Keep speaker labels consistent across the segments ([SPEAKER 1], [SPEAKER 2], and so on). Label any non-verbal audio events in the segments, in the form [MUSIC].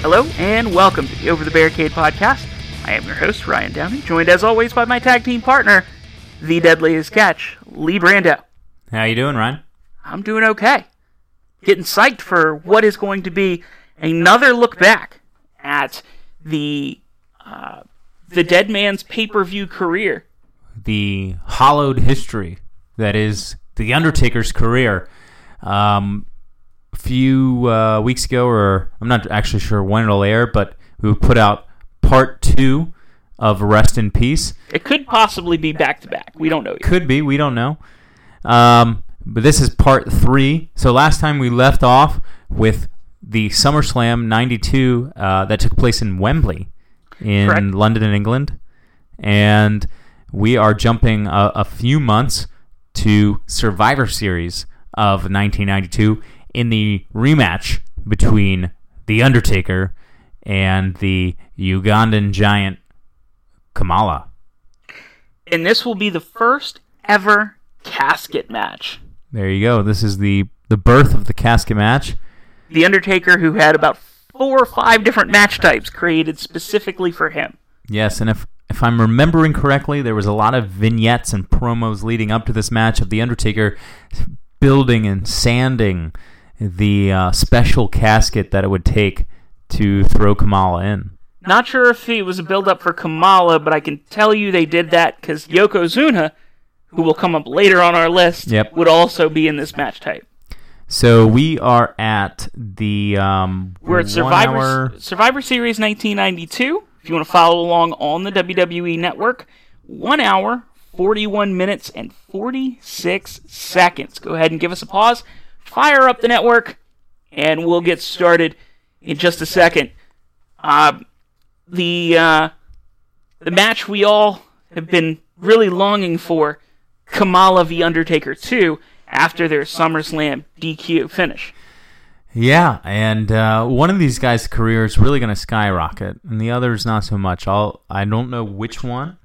[SPEAKER 1] Hello, and welcome to the Over the Barricade podcast. I am your host, Ryan Downey, joined as always by my tag team partner, the deadliest catch, Lee Brando.
[SPEAKER 2] How you doing, Ryan?
[SPEAKER 1] I'm doing okay. Getting psyched for what is going to be another look back at the uh, the dead man's pay-per-view career.
[SPEAKER 2] The hollowed history that is the Undertaker's career. Um, a few uh, weeks ago, or I'm not actually sure when it'll air, but we put out part two of Rest in Peace.
[SPEAKER 1] It could possibly be back-to-back. We don't know yet.
[SPEAKER 2] Could be, we don't know. Um, but this is part three. So last time we left off with the SummerSlam 92 uh, that took place in Wembley in
[SPEAKER 1] Correct.
[SPEAKER 2] London and England. And we are jumping a, a few months to Survivor Series of 1992 in the rematch between The Undertaker and the Ugandan giant Kamala.
[SPEAKER 1] And this will be the first ever casket match.
[SPEAKER 2] There you go. This is the, the birth of the casket match.
[SPEAKER 1] The Undertaker, who had about four or five different match types created specifically for him.
[SPEAKER 2] Yes, and if if I'm remembering correctly, there was a lot of vignettes and promos leading up to this match of the Undertaker building and sanding the uh, special casket that it would take to throw Kamala in.
[SPEAKER 1] Not sure if it was a build up for Kamala, but I can tell you they did that because Yokozuna, who will come up later on our list,
[SPEAKER 2] Yep.
[SPEAKER 1] would also be in this match type.
[SPEAKER 2] So we are at the um,
[SPEAKER 1] We're at
[SPEAKER 2] one
[SPEAKER 1] Survivor
[SPEAKER 2] hour-
[SPEAKER 1] Survivor Series 1992. If you want to follow along on the WWE Network, one hour, 41 minutes, and 46 seconds. Go ahead and give us a pause, fire up the network, and we'll get started in just a second. Uh, the uh, the match we all have been really longing for, Kamala v Undertaker 2, after their SummerSlam DQ finish.
[SPEAKER 2] Yeah, and uh, one of these guys' career is really going to skyrocket, and the other's not so much. I'll I don't know which one,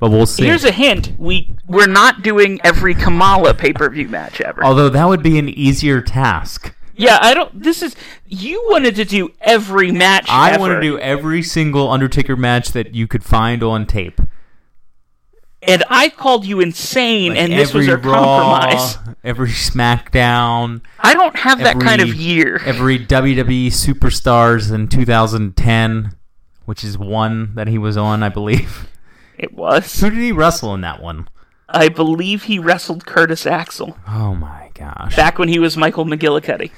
[SPEAKER 2] but we'll see.
[SPEAKER 1] Here's a hint: we we're not doing every Kamala pay per view match ever.
[SPEAKER 2] Although that would be an easier task.
[SPEAKER 1] yeah, I don't. This is you wanted to do every match.
[SPEAKER 2] I
[SPEAKER 1] ever.
[SPEAKER 2] want to do every single Undertaker match that you could find on tape.
[SPEAKER 1] and I called you insane, and this was
[SPEAKER 2] every
[SPEAKER 1] our
[SPEAKER 2] Raw,
[SPEAKER 1] compromise.
[SPEAKER 2] Every SmackDown,
[SPEAKER 1] I don't have that kind of
[SPEAKER 2] every-
[SPEAKER 1] year.
[SPEAKER 2] every WWE Superstars in 2010, which is one that he was on, I believe. [LAUGHS]
[SPEAKER 1] it was.
[SPEAKER 2] Who did he wrestle in that one?
[SPEAKER 1] I believe he wrestled Curtis Axel
[SPEAKER 2] Oh my gosh.
[SPEAKER 1] back when he was Michael McGillicuddy.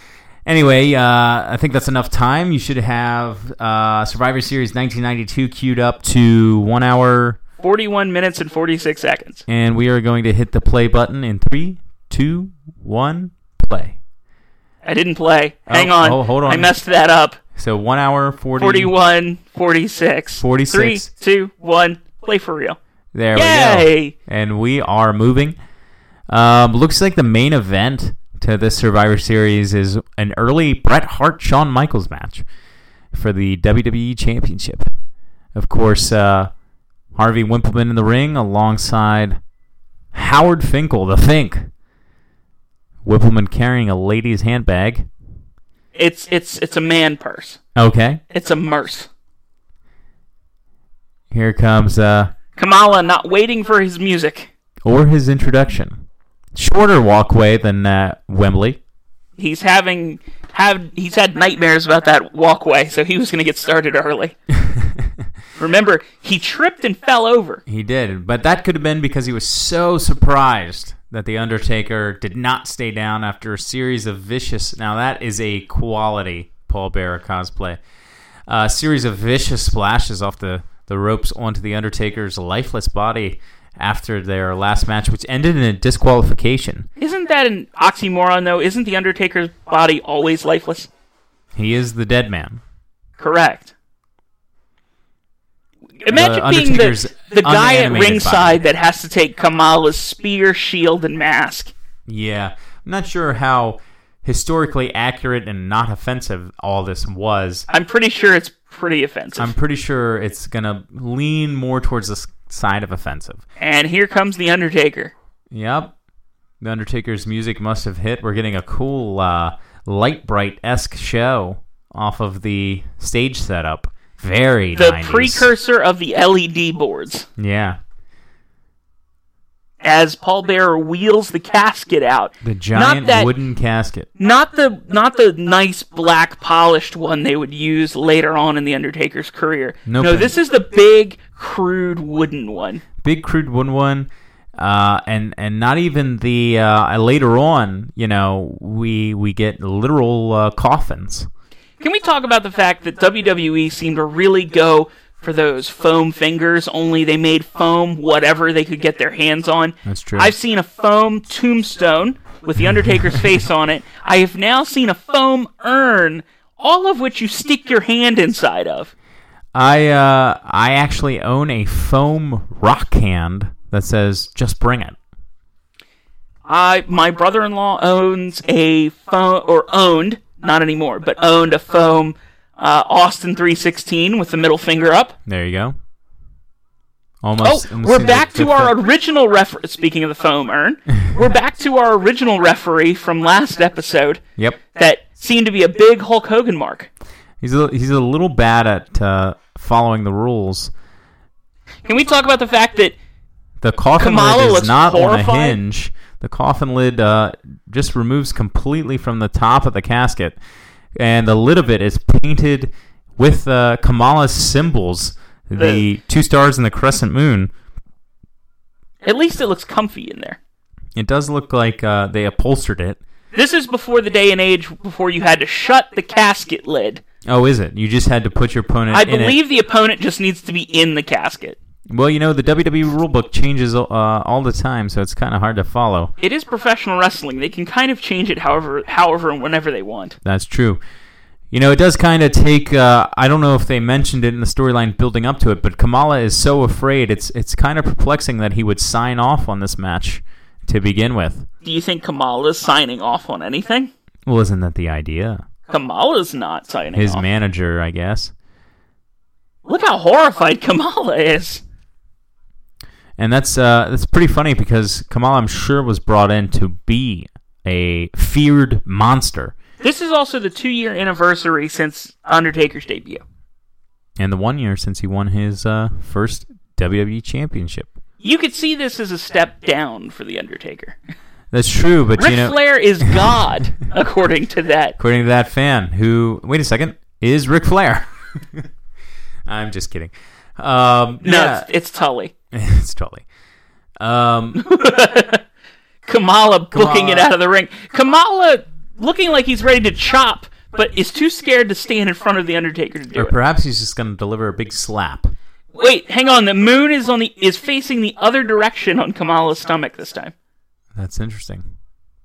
[SPEAKER 2] Anyway, uh, I think that's enough time. You should have uh, Survivor Series 1992 queued up to one hour,
[SPEAKER 1] Forty-one minutes and forty-six seconds.
[SPEAKER 2] and we are going to hit the play button in three, two, one, play.
[SPEAKER 1] I didn't play. Hang
[SPEAKER 2] Oh,
[SPEAKER 1] on.
[SPEAKER 2] oh, hold on.
[SPEAKER 1] I messed that up.
[SPEAKER 2] So one hour 40,
[SPEAKER 1] 41, 46.
[SPEAKER 2] 46.
[SPEAKER 1] Three, two, one. Play for real.
[SPEAKER 2] There we go.
[SPEAKER 1] Yay!
[SPEAKER 2] And we are moving. Um, looks like the main event to this Survivor Series is an early Bret Hart Shawn Michaels match for the WWE Championship. Of course, uh, Harvey Wimpleman in the ring alongside Howard Finkel, the Fink. Wimpleman carrying a lady's handbag.
[SPEAKER 1] It's it's it's a man purse.
[SPEAKER 2] Okay,
[SPEAKER 1] It's a merce.
[SPEAKER 2] here comes uh,
[SPEAKER 1] Kamala not waiting for his music.
[SPEAKER 2] or his introduction. Shorter walkway than uh, Wembley.
[SPEAKER 1] He's having have he's had nightmares about that walkway, so he was going to get started early.
[SPEAKER 2] [LAUGHS]
[SPEAKER 1] Remember, he tripped and fell over.
[SPEAKER 2] He did, but that could have been because he was so surprised that the Undertaker did not stay down after a series of vicious. Now that is a quality Paul Bearer cosplay. A series of vicious splashes off the the ropes onto the Undertaker's lifeless body after their last match, which ended in a disqualification.
[SPEAKER 1] Isn't that an oxymoron though? Isn't the Undertaker's body always lifeless?
[SPEAKER 2] He is the dead man.
[SPEAKER 1] Correct. Imagine being
[SPEAKER 2] Undertaker's
[SPEAKER 1] the, the guy at
[SPEAKER 2] unanimated
[SPEAKER 1] ringside that has to take Kamala's spear, shield, and mask.
[SPEAKER 2] Yeah. I'm not sure how historically accurate and not offensive all this was.
[SPEAKER 1] I'm pretty sure it's pretty offensive.
[SPEAKER 2] I'm pretty sure it's gonna lean more towards the s- side of offensive.
[SPEAKER 1] And here comes the Undertaker.
[SPEAKER 2] Yep, the Undertaker's music must have hit. We're getting a cool uh, light bright esque show off of the stage setup. Very
[SPEAKER 1] The
[SPEAKER 2] 90s.
[SPEAKER 1] precursor of the LED boards.
[SPEAKER 2] Yeah,
[SPEAKER 1] As pallbearer wheels the casket out.
[SPEAKER 2] the giant
[SPEAKER 1] that-
[SPEAKER 2] wooden casket.
[SPEAKER 1] Not the not the nice black polished one they would use later on in the Undertaker's career.
[SPEAKER 2] Nope.
[SPEAKER 1] No, this is the big crude wooden one.
[SPEAKER 2] big crude one one uh, and and not even the uh, later on you know we we get literal uh, coffins
[SPEAKER 1] Can we talk about the fact that WWE seemed to really go for those foam fingers, only they made foam whatever they could get their hands on?
[SPEAKER 2] That's true.
[SPEAKER 1] I've seen a foam tombstone with The Undertaker's face on it. I have now seen a foam urn, all of which you stick your hand inside of.
[SPEAKER 2] I uh, I actually own a foam rock hand that says just bring it
[SPEAKER 1] I my brother-in-law owns a foam or owned not anymore, but owned a foam uh, Austin 316 with the middle finger up.
[SPEAKER 2] there you go
[SPEAKER 1] Oh,
[SPEAKER 2] almost almost
[SPEAKER 1] we're
[SPEAKER 2] seems
[SPEAKER 1] back
[SPEAKER 2] like
[SPEAKER 1] to
[SPEAKER 2] the-
[SPEAKER 1] our original referee. Speaking of the foam urn, we're back to our original referee from last episode
[SPEAKER 2] yep
[SPEAKER 1] that seemed to be a big Hulk Hogan mark.
[SPEAKER 2] he's a, he's a little bad at uh, following the rules
[SPEAKER 1] Can we talk about the fact that
[SPEAKER 2] The coffin
[SPEAKER 1] Kamala
[SPEAKER 2] lid
[SPEAKER 1] looks
[SPEAKER 2] is not on a
[SPEAKER 1] horrified.
[SPEAKER 2] hinge. The coffin lid uh, just removes completely from the top of the casket, and the lid of it is painted with uh, Kamala's symbols, the,
[SPEAKER 1] The-
[SPEAKER 2] two stars and the crescent moon.
[SPEAKER 1] at least it looks comfy in there?
[SPEAKER 2] It does look like uh, they upholstered it.
[SPEAKER 1] This is before the day and age before you had to shut the casket lid.
[SPEAKER 2] Oh, is it? You just had to put your opponent.
[SPEAKER 1] I
[SPEAKER 2] in it.
[SPEAKER 1] believe the opponent just needs to be in the casket.
[SPEAKER 2] Well, you know the WWE rulebook changes uh, all the time, so it's kind of hard to follow.
[SPEAKER 1] It is professional wrestling. They can kind of change it however, however, and whenever they want.
[SPEAKER 2] That's true. You know, it does kind of take. Uh, I don't know if they mentioned it in the storyline building up to it, but Kamala is so afraid. It's it's kind of perplexing that he would sign off on this match to begin with.
[SPEAKER 1] Do you think Kamala's signing off on anything?
[SPEAKER 2] Well, isn't that the idea?
[SPEAKER 1] Kamala's not signing
[SPEAKER 2] His
[SPEAKER 1] off.
[SPEAKER 2] manager, I guess.
[SPEAKER 1] Look how horrified Kamala is.
[SPEAKER 2] And that's uh, that's pretty funny because Kamala, I'm sure, was brought in to be a feared monster,
[SPEAKER 1] This is also the two year anniversary since Undertaker's debut.
[SPEAKER 2] and the one year since he won his uh, first WWE championship.
[SPEAKER 1] You could see this as a step down for The Undertaker.
[SPEAKER 2] That's true, but
[SPEAKER 1] Ric
[SPEAKER 2] you know,
[SPEAKER 1] Flair is God, [LAUGHS] according to that.
[SPEAKER 2] according to that fan who wait a second is Ric Flair. [LAUGHS] I'm just kidding. Um,
[SPEAKER 1] No,
[SPEAKER 2] yeah,
[SPEAKER 1] it's, it's Tully.
[SPEAKER 2] [LAUGHS] it's totally. Um,
[SPEAKER 1] [LAUGHS] Kamala booking it
[SPEAKER 2] Kamala.
[SPEAKER 1] out of the ring. Kamala looking like he's ready to chop, but is too scared to stand in front of The Undertaker to do
[SPEAKER 2] or
[SPEAKER 1] it.
[SPEAKER 2] perhaps he's just going to deliver a big slap.
[SPEAKER 1] Wait, hang on. The moon is on the is facing the other direction on Kamala's stomach this time.
[SPEAKER 2] That's interesting.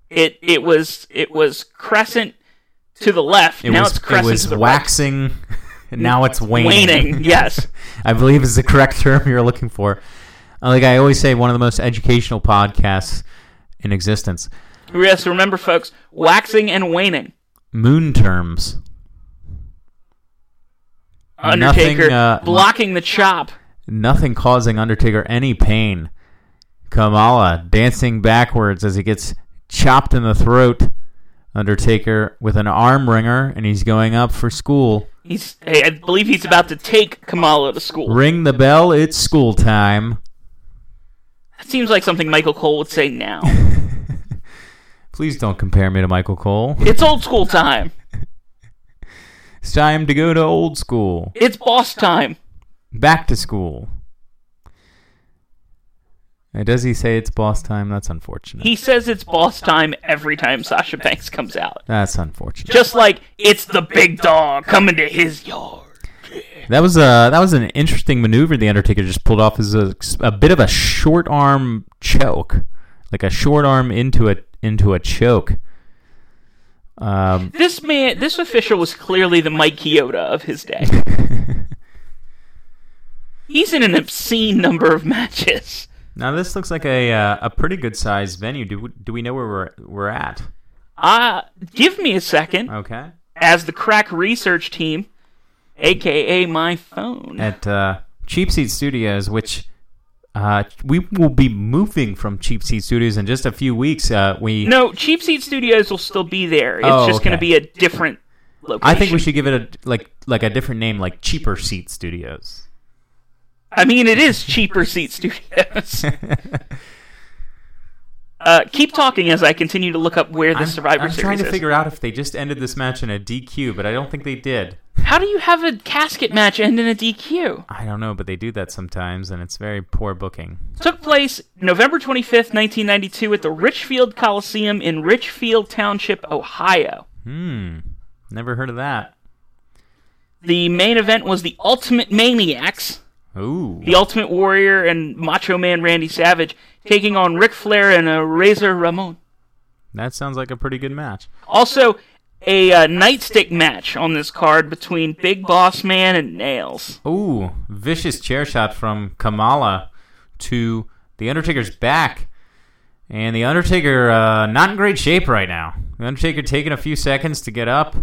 [SPEAKER 1] It it was it was crescent to the left.
[SPEAKER 2] It
[SPEAKER 1] now
[SPEAKER 2] was
[SPEAKER 1] it's
[SPEAKER 2] it
[SPEAKER 1] crescent
[SPEAKER 2] was
[SPEAKER 1] to the
[SPEAKER 2] waxing. [LAUGHS] and now it's
[SPEAKER 1] right.
[SPEAKER 2] waning.
[SPEAKER 1] Waning, yes.
[SPEAKER 2] [LAUGHS] I believe is the correct term you're looking for. Uh, Like I always say, one of the most educational podcasts in existence.
[SPEAKER 1] yes, remember folks, waxing and waning.
[SPEAKER 2] Moon terms.
[SPEAKER 1] Undertaker
[SPEAKER 2] Nothing, uh,
[SPEAKER 1] blocking the chop.
[SPEAKER 2] nothing causing Undertaker any pain. Kamala dancing backwards as he gets chopped in the throat. Undertaker with an arm wringer, and he's going up for school.
[SPEAKER 1] He's I I believe he's about to take Kamala to school.
[SPEAKER 2] Ring the bell, it's school time.
[SPEAKER 1] That seems like something Michael Cole would say now.
[SPEAKER 2] Please don't compare me to Michael Cole.
[SPEAKER 1] it's old school time.
[SPEAKER 2] It's time to go to old school,
[SPEAKER 1] It's boss time.
[SPEAKER 2] back to school. Now, Does he say it's boss time? That's unfortunate.
[SPEAKER 1] He says it's boss time every time Sasha Banks comes out.
[SPEAKER 2] That's unfortunate.
[SPEAKER 1] Just like it's the big dog coming to his yard.
[SPEAKER 2] That was a that was an interesting maneuver the Undertaker just pulled off as a, a bit of a short arm choke, like a short arm into a into a choke. Um,
[SPEAKER 1] This man, this official was clearly the Mike Chioda of his day. He's in an obscene number of matches.
[SPEAKER 2] now this looks like a uh, a pretty good sized venue. Do we, do we know where we're we're at?
[SPEAKER 1] Uh, give me a second
[SPEAKER 2] Okay,
[SPEAKER 1] as the crack research team, aka my phone.
[SPEAKER 2] at uh, Cheap Seat Studios, which Uh, we will be moving from Cheap Seat Studios in just a few weeks. Uh, we
[SPEAKER 1] No, Cheap Seat Studios will still be there. It's
[SPEAKER 2] Oh,
[SPEAKER 1] just going to
[SPEAKER 2] okay.
[SPEAKER 1] be a different location.
[SPEAKER 2] I think we should give it a like like a different name, like Cheaper Seat Studios.
[SPEAKER 1] I mean, it is cheaper Seat
[SPEAKER 2] [LAUGHS]
[SPEAKER 1] Studios. uh, keep talking as I continue to look up where the
[SPEAKER 2] I'm,
[SPEAKER 1] Survivor
[SPEAKER 2] I'm
[SPEAKER 1] Series
[SPEAKER 2] trying to
[SPEAKER 1] is.
[SPEAKER 2] figure out if they just ended this match in a DQ, but I don't think they did.
[SPEAKER 1] How do you have a casket match end in a DQ?
[SPEAKER 2] I don't know, but they do that sometimes, and it's very poor booking.
[SPEAKER 1] Took place November 25th, 1992, at the Richfield Coliseum in Richfield Township, Ohio.
[SPEAKER 2] Hmm. Never heard of that.
[SPEAKER 1] The main event was the Ultimate Maniacs,
[SPEAKER 2] Ooh.
[SPEAKER 1] the Ultimate Warrior and Macho Man Randy Savage, taking on Ric Flair and uh, Razor Ramon.
[SPEAKER 2] That sounds like a pretty good match.
[SPEAKER 1] Also, a uh, nightstick match on this card between Big Boss Man and Nails.
[SPEAKER 2] Ooh, vicious chair shot from Kamala to the Undertaker's back. And the Undertaker uh, not in great shape right now. The Undertaker taking a few seconds to get up.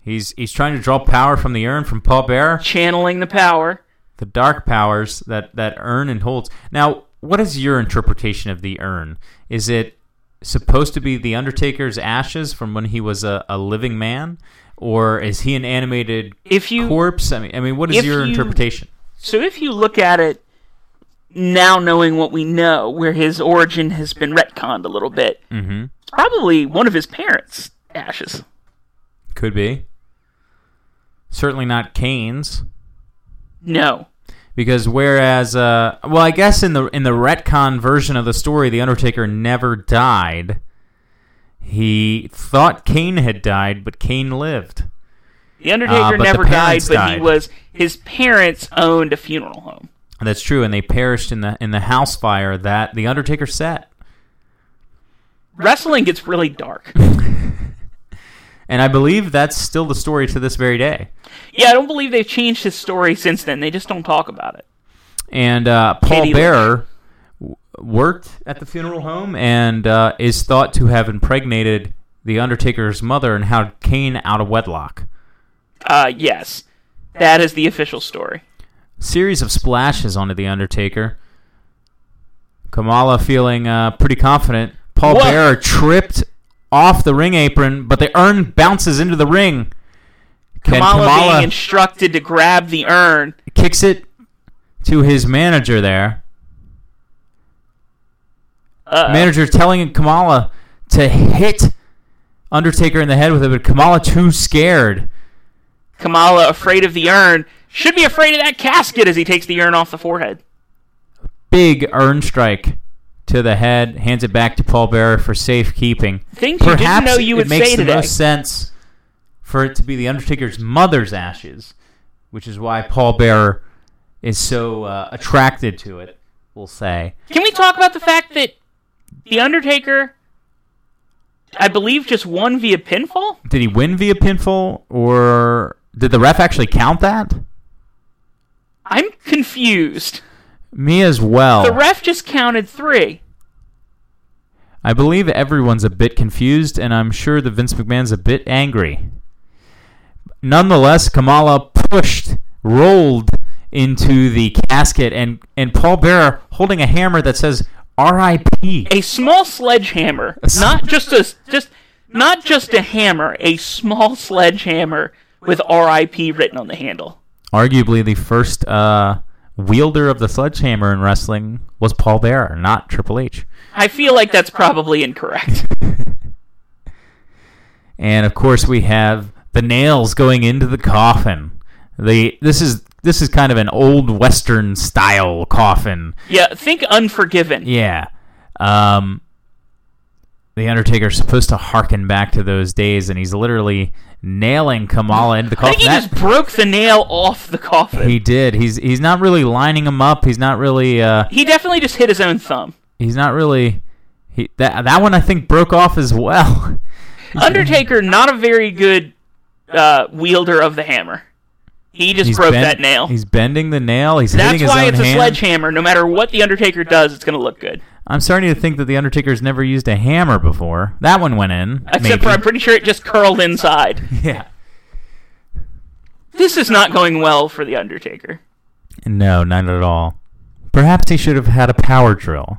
[SPEAKER 2] He's he's trying to draw power from the urn from Paul Bearer,
[SPEAKER 1] Channeling the power.
[SPEAKER 2] the dark powers that that urn and holds. Now, what is your interpretation of the urn? Is it supposed to be the Undertaker's ashes from when he was a, a living man, or is he an animated
[SPEAKER 1] If you
[SPEAKER 2] corpse? I mean, I mean, what is
[SPEAKER 1] If
[SPEAKER 2] your
[SPEAKER 1] you-
[SPEAKER 2] interpretation?
[SPEAKER 1] So if you look at it now, knowing what we know, where his origin has been retconned a little bit,
[SPEAKER 2] Mm-hmm.
[SPEAKER 1] it's probably one of his parents' ashes.
[SPEAKER 2] Could be. Certainly not Kane's,
[SPEAKER 1] No,
[SPEAKER 2] because whereas, uh, well, I guess in the in the retcon version of the story, the Undertaker never died. He thought Kane had died, but Kane lived.
[SPEAKER 1] the Undertaker
[SPEAKER 2] Ah, but the
[SPEAKER 1] never died,
[SPEAKER 2] parents
[SPEAKER 1] but he
[SPEAKER 2] died.
[SPEAKER 1] was his parents owned a funeral home.
[SPEAKER 2] And that's true, and they perished in the in the house fire that the Undertaker set.
[SPEAKER 1] [LAUGHS] Wrestling gets really dark.
[SPEAKER 2] And I believe that's still the story to this very day.
[SPEAKER 1] yeah, I don't believe they've changed his story since then. They just don't talk about it.
[SPEAKER 2] and uh, Paul
[SPEAKER 1] Katie Lynch.
[SPEAKER 2] Bearer w- worked at the funeral home and uh, is thought to have impregnated the Undertaker's mother and had Kane out of wedlock.
[SPEAKER 1] Uh, yes, that is the official story.
[SPEAKER 2] Series of splashes onto the Undertaker. Kamala feeling uh, pretty confident. Paul
[SPEAKER 1] Whoa.
[SPEAKER 2] Bearer tripped off the ring apron, but the urn bounces into the ring. Can
[SPEAKER 1] Kamala,
[SPEAKER 2] Kamala
[SPEAKER 1] being instructed to grab the urn.
[SPEAKER 2] kicks it to his manager there.
[SPEAKER 1] Uh,
[SPEAKER 2] manager telling Kamala to hit Undertaker in the head with it, but Kamala too scared.
[SPEAKER 1] Kamala, afraid of the urn, should be afraid of that casket as he takes the urn off the forehead.
[SPEAKER 2] Big urn strike to the head, hands it back to Paul Bearer for safekeeping.
[SPEAKER 1] Things you didn't
[SPEAKER 2] Perhaps
[SPEAKER 1] know you
[SPEAKER 2] it
[SPEAKER 1] would
[SPEAKER 2] makes
[SPEAKER 1] say
[SPEAKER 2] the
[SPEAKER 1] today.
[SPEAKER 2] most sense for it to be the Undertaker's mother's ashes, which is why Paul Bearer is so uh, attracted to it. We'll say
[SPEAKER 1] Can we talk about the fact that The Undertaker, I believe, just won via pinfall?
[SPEAKER 2] did he win via pinfall, or did the ref actually count that?
[SPEAKER 1] I'm confused.
[SPEAKER 2] Me as well.
[SPEAKER 1] The ref just counted three.
[SPEAKER 2] I believe everyone's a bit confused, and I'm sure that Vince McMahon's a bit angry. Nonetheless, Kamala pushed, rolled into the casket, and, and Paul Bearer holding a hammer that says R.I.P.
[SPEAKER 1] A small
[SPEAKER 2] [LAUGHS]
[SPEAKER 1] sledgehammer, not just a just not just a hammer, a small sledgehammer with R.I.P. written on the handle.
[SPEAKER 2] Arguably, the first uh, wielder of the sledgehammer in wrestling was Paul Bearer, not Triple H.
[SPEAKER 1] I feel like that's probably
[SPEAKER 2] [LAUGHS]
[SPEAKER 1] incorrect.
[SPEAKER 2] And of course, we have the nails going into the coffin. The this is this is kind of an old western style coffin.
[SPEAKER 1] Yeah, think Unforgiven.
[SPEAKER 2] Yeah. Um, the Undertaker's supposed to harken back to those days, and he's literally nailing Kamala into the
[SPEAKER 1] I think
[SPEAKER 2] coffin.
[SPEAKER 1] he
[SPEAKER 2] That-
[SPEAKER 1] just broke the nail off the coffin.
[SPEAKER 2] he did. He's he's not really lining him up. He's not really. Uh,
[SPEAKER 1] He definitely just hit his own thumb.
[SPEAKER 2] he's not really. He that that one I think broke off as well. [LAUGHS]
[SPEAKER 1] Undertaker, not a very good uh, wielder of the hammer. He just
[SPEAKER 2] He's
[SPEAKER 1] broke
[SPEAKER 2] bend-
[SPEAKER 1] that nail.
[SPEAKER 2] He's bending the nail. He's
[SPEAKER 1] That's
[SPEAKER 2] hitting his
[SPEAKER 1] why
[SPEAKER 2] own
[SPEAKER 1] it's a
[SPEAKER 2] hand.
[SPEAKER 1] sledgehammer. No matter what the Undertaker does, it's going to look good.
[SPEAKER 2] I'm starting to think that the Undertaker's never used a hammer before. That one went in.
[SPEAKER 1] Except
[SPEAKER 2] maybe.
[SPEAKER 1] for I'm pretty sure it just curled inside.
[SPEAKER 2] [LAUGHS] yeah.
[SPEAKER 1] this is not going well for the Undertaker.
[SPEAKER 2] No, not at all. Perhaps he should have had a power drill.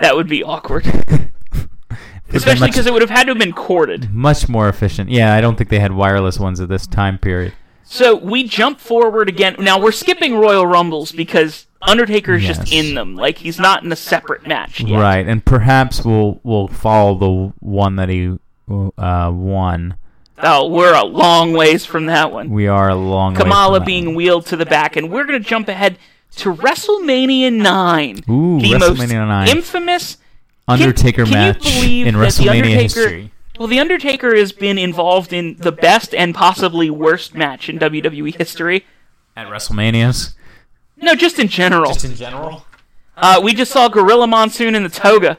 [SPEAKER 1] That would be awkward.
[SPEAKER 2] Would've been
[SPEAKER 1] Especially
[SPEAKER 2] much-
[SPEAKER 1] because it would have had to have been corded.
[SPEAKER 2] much more efficient. Yeah, I don't think they had wireless ones at this time period.
[SPEAKER 1] So we jump forward again. Now we're skipping Royal Rumbles because Undertaker is just
[SPEAKER 2] Yes.
[SPEAKER 1] in them. Like he's not in a separate match yet.
[SPEAKER 2] Right, and perhaps we'll we'll follow the one that he uh, won.
[SPEAKER 1] Oh, we're a long ways from that one.
[SPEAKER 2] We are a long way
[SPEAKER 1] Kamala
[SPEAKER 2] from that
[SPEAKER 1] being wheeled to the back, and we're going to jump ahead to WrestleMania 9.
[SPEAKER 2] Ooh,
[SPEAKER 1] the most
[SPEAKER 2] WrestleMania 9.
[SPEAKER 1] infamous
[SPEAKER 2] Undertaker
[SPEAKER 1] can you
[SPEAKER 2] match
[SPEAKER 1] believe
[SPEAKER 2] in
[SPEAKER 1] that the
[SPEAKER 2] WrestleMania
[SPEAKER 1] Undertaker-
[SPEAKER 2] history.
[SPEAKER 1] Well, The Undertaker has been involved in the best and possibly worst match in WWE history.
[SPEAKER 2] At WrestleManias,
[SPEAKER 1] No, just in general.
[SPEAKER 2] in general.
[SPEAKER 1] Uh, we just saw Gorilla Monsoon in the toga.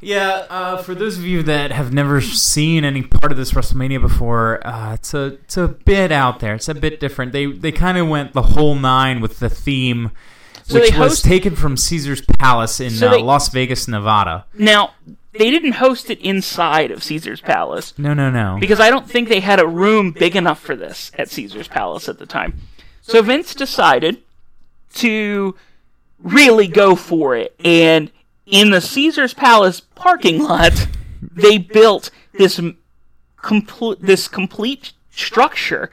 [SPEAKER 2] Yeah, uh, for those of you that have never seen any part of this WrestleMania before, uh, it's a it's a bit out there. It's a bit different. They they kind of went the whole nine with the theme,
[SPEAKER 1] So
[SPEAKER 2] which
[SPEAKER 1] they
[SPEAKER 2] was
[SPEAKER 1] host-
[SPEAKER 2] taken from Caesar's Palace in
[SPEAKER 1] So
[SPEAKER 2] uh,
[SPEAKER 1] they-
[SPEAKER 2] Las Vegas, Nevada.
[SPEAKER 1] Now, they didn't host it inside of Caesar's Palace
[SPEAKER 2] No, no, no.
[SPEAKER 1] because I don't think they had a room big enough for this at Caesar's Palace at the time. So Vince decided to really go for it. And in the Caesar's Palace parking lot, they built this m- complete this complete structure.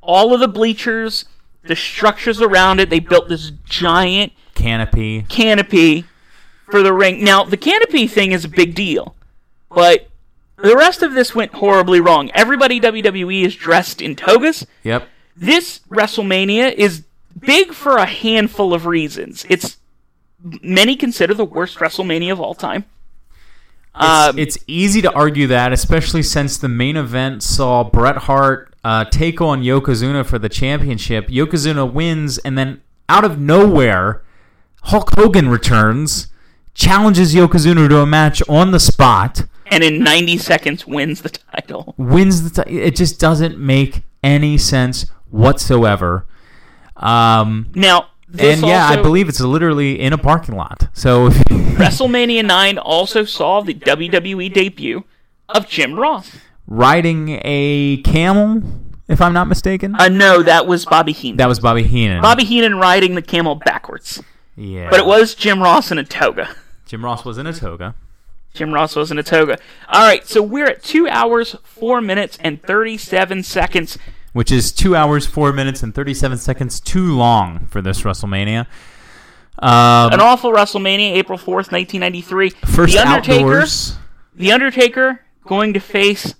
[SPEAKER 1] All of the bleachers, the structures around it, they built this giant
[SPEAKER 2] Canopy.
[SPEAKER 1] canopy for the ring. Now, the canopy thing is a big deal, but the rest of this went horribly wrong. Everybody WWE E is dressed in togas.
[SPEAKER 2] Yep.
[SPEAKER 1] This WrestleMania is big for a handful of reasons. It's many consider the worst WrestleMania of all time. Um,
[SPEAKER 2] it's easy to argue that, especially since the main event saw Bret Hart uh, take on Yokozuna for the championship. Yokozuna wins, and then out of nowhere, Hulk Hogan returns, challenges Yokozuna to a match on the spot,
[SPEAKER 1] and in 90 seconds wins the title.
[SPEAKER 2] wins the. T- it just doesn't make any sense whatsoever. Um,
[SPEAKER 1] Now, this
[SPEAKER 2] and yeah, I
[SPEAKER 1] also-
[SPEAKER 2] believe it's literally in a parking lot. So [LAUGHS]
[SPEAKER 1] WrestleMania 9 also saw the WWE debut of Jim Ross.
[SPEAKER 2] riding a camel, if I'm not mistaken.
[SPEAKER 1] Uh, no, that was Bobby Heenan.
[SPEAKER 2] That was Bobby Heenan.
[SPEAKER 1] Bobby Heenan riding the camel backwards.
[SPEAKER 2] Yeah.
[SPEAKER 1] But it was Jim Ross in a toga.
[SPEAKER 2] Jim Ross was in a toga.
[SPEAKER 1] Jim Ross was in a toga. All right, so we're at 2 hours, 4 minutes, and 37 seconds.
[SPEAKER 2] Which is two hours, four minutes, and 37 seconds too long for this WrestleMania.
[SPEAKER 1] An
[SPEAKER 2] Um,
[SPEAKER 1] awful WrestleMania, April 4th, 1993.
[SPEAKER 2] first
[SPEAKER 1] the Undertaker,
[SPEAKER 2] outdoors.
[SPEAKER 1] The Undertaker going to face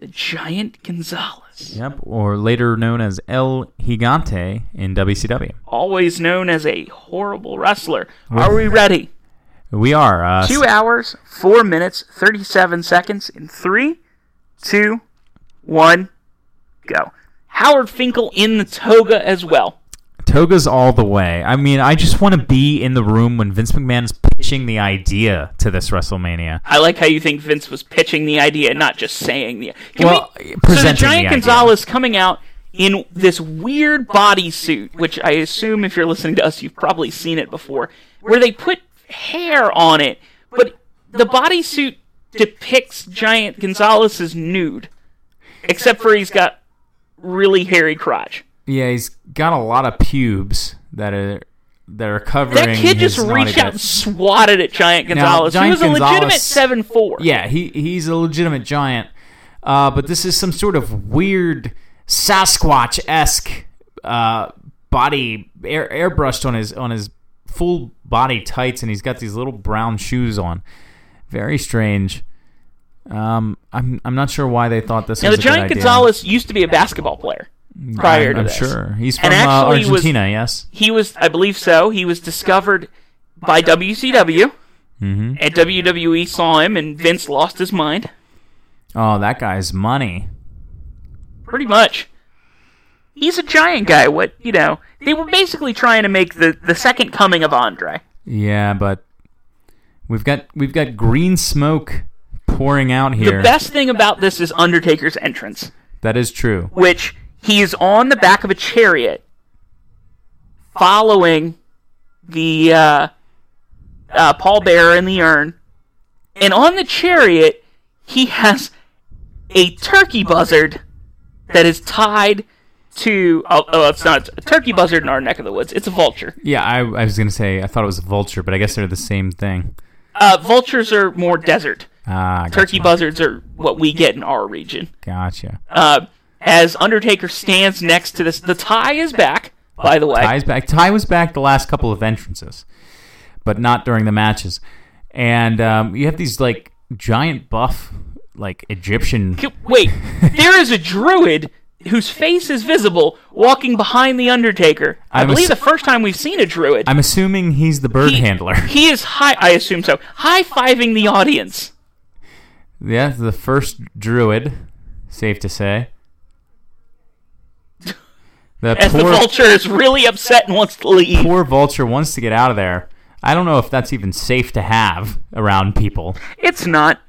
[SPEAKER 1] the Giant Gonzalez,
[SPEAKER 2] Yep, or later known as El Gigante in WCW.
[SPEAKER 1] always known as a horrible wrestler. Are we ready?
[SPEAKER 2] We are. Uh,
[SPEAKER 1] Two hours, four minutes, thirty-seven seconds. In three, two, one, go. Howard Finkel in the toga as well.
[SPEAKER 2] Toga's all the way. I mean, I just want to be in the room when Vince McMahon's pitching the idea to this WrestleMania.
[SPEAKER 1] I like how you think Vince was pitching the idea, not just saying the. Can
[SPEAKER 2] Well,
[SPEAKER 1] we, so the
[SPEAKER 2] presenting the
[SPEAKER 1] giant
[SPEAKER 2] idea.
[SPEAKER 1] Gonzalez coming out in this weird bodysuit, which I assume if you're listening to us, you've probably seen it before, where they put hair on it, but the bodysuit depicts giant Gonzalez as nude, except for he's got really hairy crotch.
[SPEAKER 2] Yeah, he's got a lot of pubes that are that are covering.
[SPEAKER 1] That kid just
[SPEAKER 2] his naughty
[SPEAKER 1] reached out and
[SPEAKER 2] bits.
[SPEAKER 1] swatted at Giant Gonzalez. he
[SPEAKER 2] Giant
[SPEAKER 1] was a legitimate
[SPEAKER 2] Gonzalez-
[SPEAKER 1] seven four.
[SPEAKER 2] Yeah, he he's a legitimate giant, uh, but this is some sort of weird Sasquatch esque uh, body air, airbrushed on his on his full body tights, and he's got these little brown shoes on. Very strange. Um, I'm I'm not sure why they thought this
[SPEAKER 1] Now
[SPEAKER 2] was
[SPEAKER 1] the
[SPEAKER 2] a good
[SPEAKER 1] Giant
[SPEAKER 2] idea. Mm,
[SPEAKER 1] Gonzalez used to be a basketball player prior
[SPEAKER 2] I'm,
[SPEAKER 1] to
[SPEAKER 2] I'm
[SPEAKER 1] this.
[SPEAKER 2] sure he's from
[SPEAKER 1] And
[SPEAKER 2] uh,
[SPEAKER 1] actually was-
[SPEAKER 2] Argentina. yes,
[SPEAKER 1] He was, I believe so. He was discovered by WCW.
[SPEAKER 2] Mhm.
[SPEAKER 1] And WWE saw him, and Vince lost his mind.
[SPEAKER 2] oh that guy's money.
[SPEAKER 1] Pretty much. He's a giant guy. What you know? They were basically trying to make the the second coming of Andre.
[SPEAKER 2] Yeah, but we've got we've got green smoke pouring out
[SPEAKER 1] The
[SPEAKER 2] here.
[SPEAKER 1] best thing about this is Undertaker's entrance.
[SPEAKER 2] That is true.
[SPEAKER 1] which he is on the back of a chariot following the uh, uh, pallbearer in the urn. And on the chariot, he has a turkey buzzard that is tied to oh, oh it's not a turkey buzzard in our neck of the woods. It's a vulture.
[SPEAKER 2] Yeah, I, I was gonna say I thought it was a vulture, but I guess they're the same thing.
[SPEAKER 1] Uh, vultures are more desert.
[SPEAKER 2] Ah, gotcha.
[SPEAKER 1] Turkey buzzards are what we get in our region.
[SPEAKER 2] Gotcha.
[SPEAKER 1] Uh, as Undertaker stands next to this, the tie is back. By the way,
[SPEAKER 2] Ty's back. Ty was back the last couple of entrances, but not during the matches. And um, you have these like giant buff, like Egyptian.
[SPEAKER 1] Wait, there is a druid whose face is visible walking behind the Undertaker. I
[SPEAKER 2] I'm
[SPEAKER 1] believe
[SPEAKER 2] ass-
[SPEAKER 1] the first time we've seen a druid.
[SPEAKER 2] I'm assuming he's the bird
[SPEAKER 1] He-
[SPEAKER 2] handler. [LAUGHS]
[SPEAKER 1] He is high. I assume so. High fiving the audience.
[SPEAKER 2] yeah, the first druid, safe
[SPEAKER 1] [LAUGHS]
[SPEAKER 2] to say. The
[SPEAKER 1] As the
[SPEAKER 2] poor
[SPEAKER 1] vulture is really upset and wants to leave.
[SPEAKER 2] poor vulture wants to get out of there. I don't know if that's even safe to have around people.
[SPEAKER 1] It's not.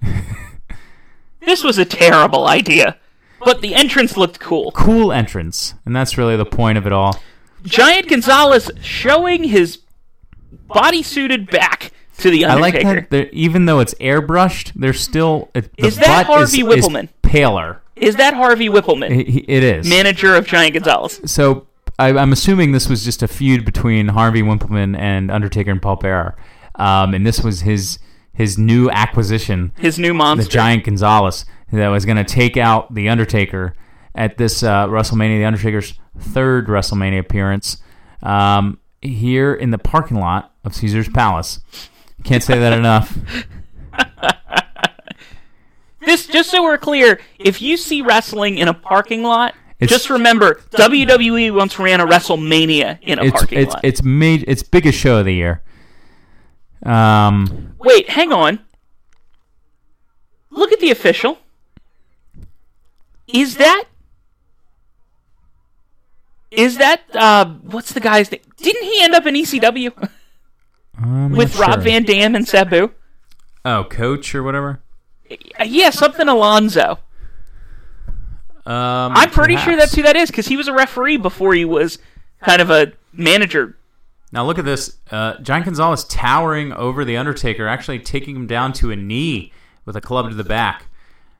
[SPEAKER 1] this was a terrible idea. But the entrance looked cool.
[SPEAKER 2] Cool entrance, and that's really the point of it all.
[SPEAKER 1] Giant Gonzalez showing his bodysuited back to the
[SPEAKER 2] I like
[SPEAKER 1] Undertaker.
[SPEAKER 2] that. they're- Even though it's airbrushed, there's still it, the
[SPEAKER 1] Is that
[SPEAKER 2] butt is-
[SPEAKER 1] Harvey
[SPEAKER 2] is
[SPEAKER 1] Whippleman?
[SPEAKER 2] paler.
[SPEAKER 1] Is that Harvey Whippleman,
[SPEAKER 2] It, it is.
[SPEAKER 1] manager of Giant Gonzalez?
[SPEAKER 2] So I, I'm assuming this was just a feud between Harvey Whippleman and Undertaker and Paul Bearer, um, and this was his his new acquisition,
[SPEAKER 1] His new
[SPEAKER 2] the
[SPEAKER 1] monster.
[SPEAKER 2] Giant Gonzalez, that was going to take out the Undertaker at this uh, WrestleMania, the Undertaker's third WrestleMania appearance um, here in the parking lot of Caesar's Palace. Can't
[SPEAKER 1] [LAUGHS]
[SPEAKER 2] say that enough.
[SPEAKER 1] This, just so we're clear, if you see wrestling in a parking lot,
[SPEAKER 2] It's-
[SPEAKER 1] just remember WWE once ran a WrestleMania in a
[SPEAKER 2] it's
[SPEAKER 1] parking
[SPEAKER 2] it's
[SPEAKER 1] lot.
[SPEAKER 2] it's made it's biggest show of the year. Um,
[SPEAKER 1] Wait, hang on. Look at the official. Is that? Is that uh, what's the guy's name? Didn't he end up in [LAUGHS] ECW
[SPEAKER 2] I'm
[SPEAKER 1] with
[SPEAKER 2] not
[SPEAKER 1] Rob
[SPEAKER 2] sure.
[SPEAKER 1] Van Dam and Sabu?
[SPEAKER 2] oh coach or whatever.
[SPEAKER 1] Uh, Yeah, something Alonzo.
[SPEAKER 2] Um,
[SPEAKER 1] I'm pretty sure that's
[SPEAKER 2] perhaps.
[SPEAKER 1] who that is because he was a referee before he was kind of a manager.
[SPEAKER 2] Now look at this. Uh, John Gonzalez towering over the Undertaker, actually taking him down to a knee with a club to the back.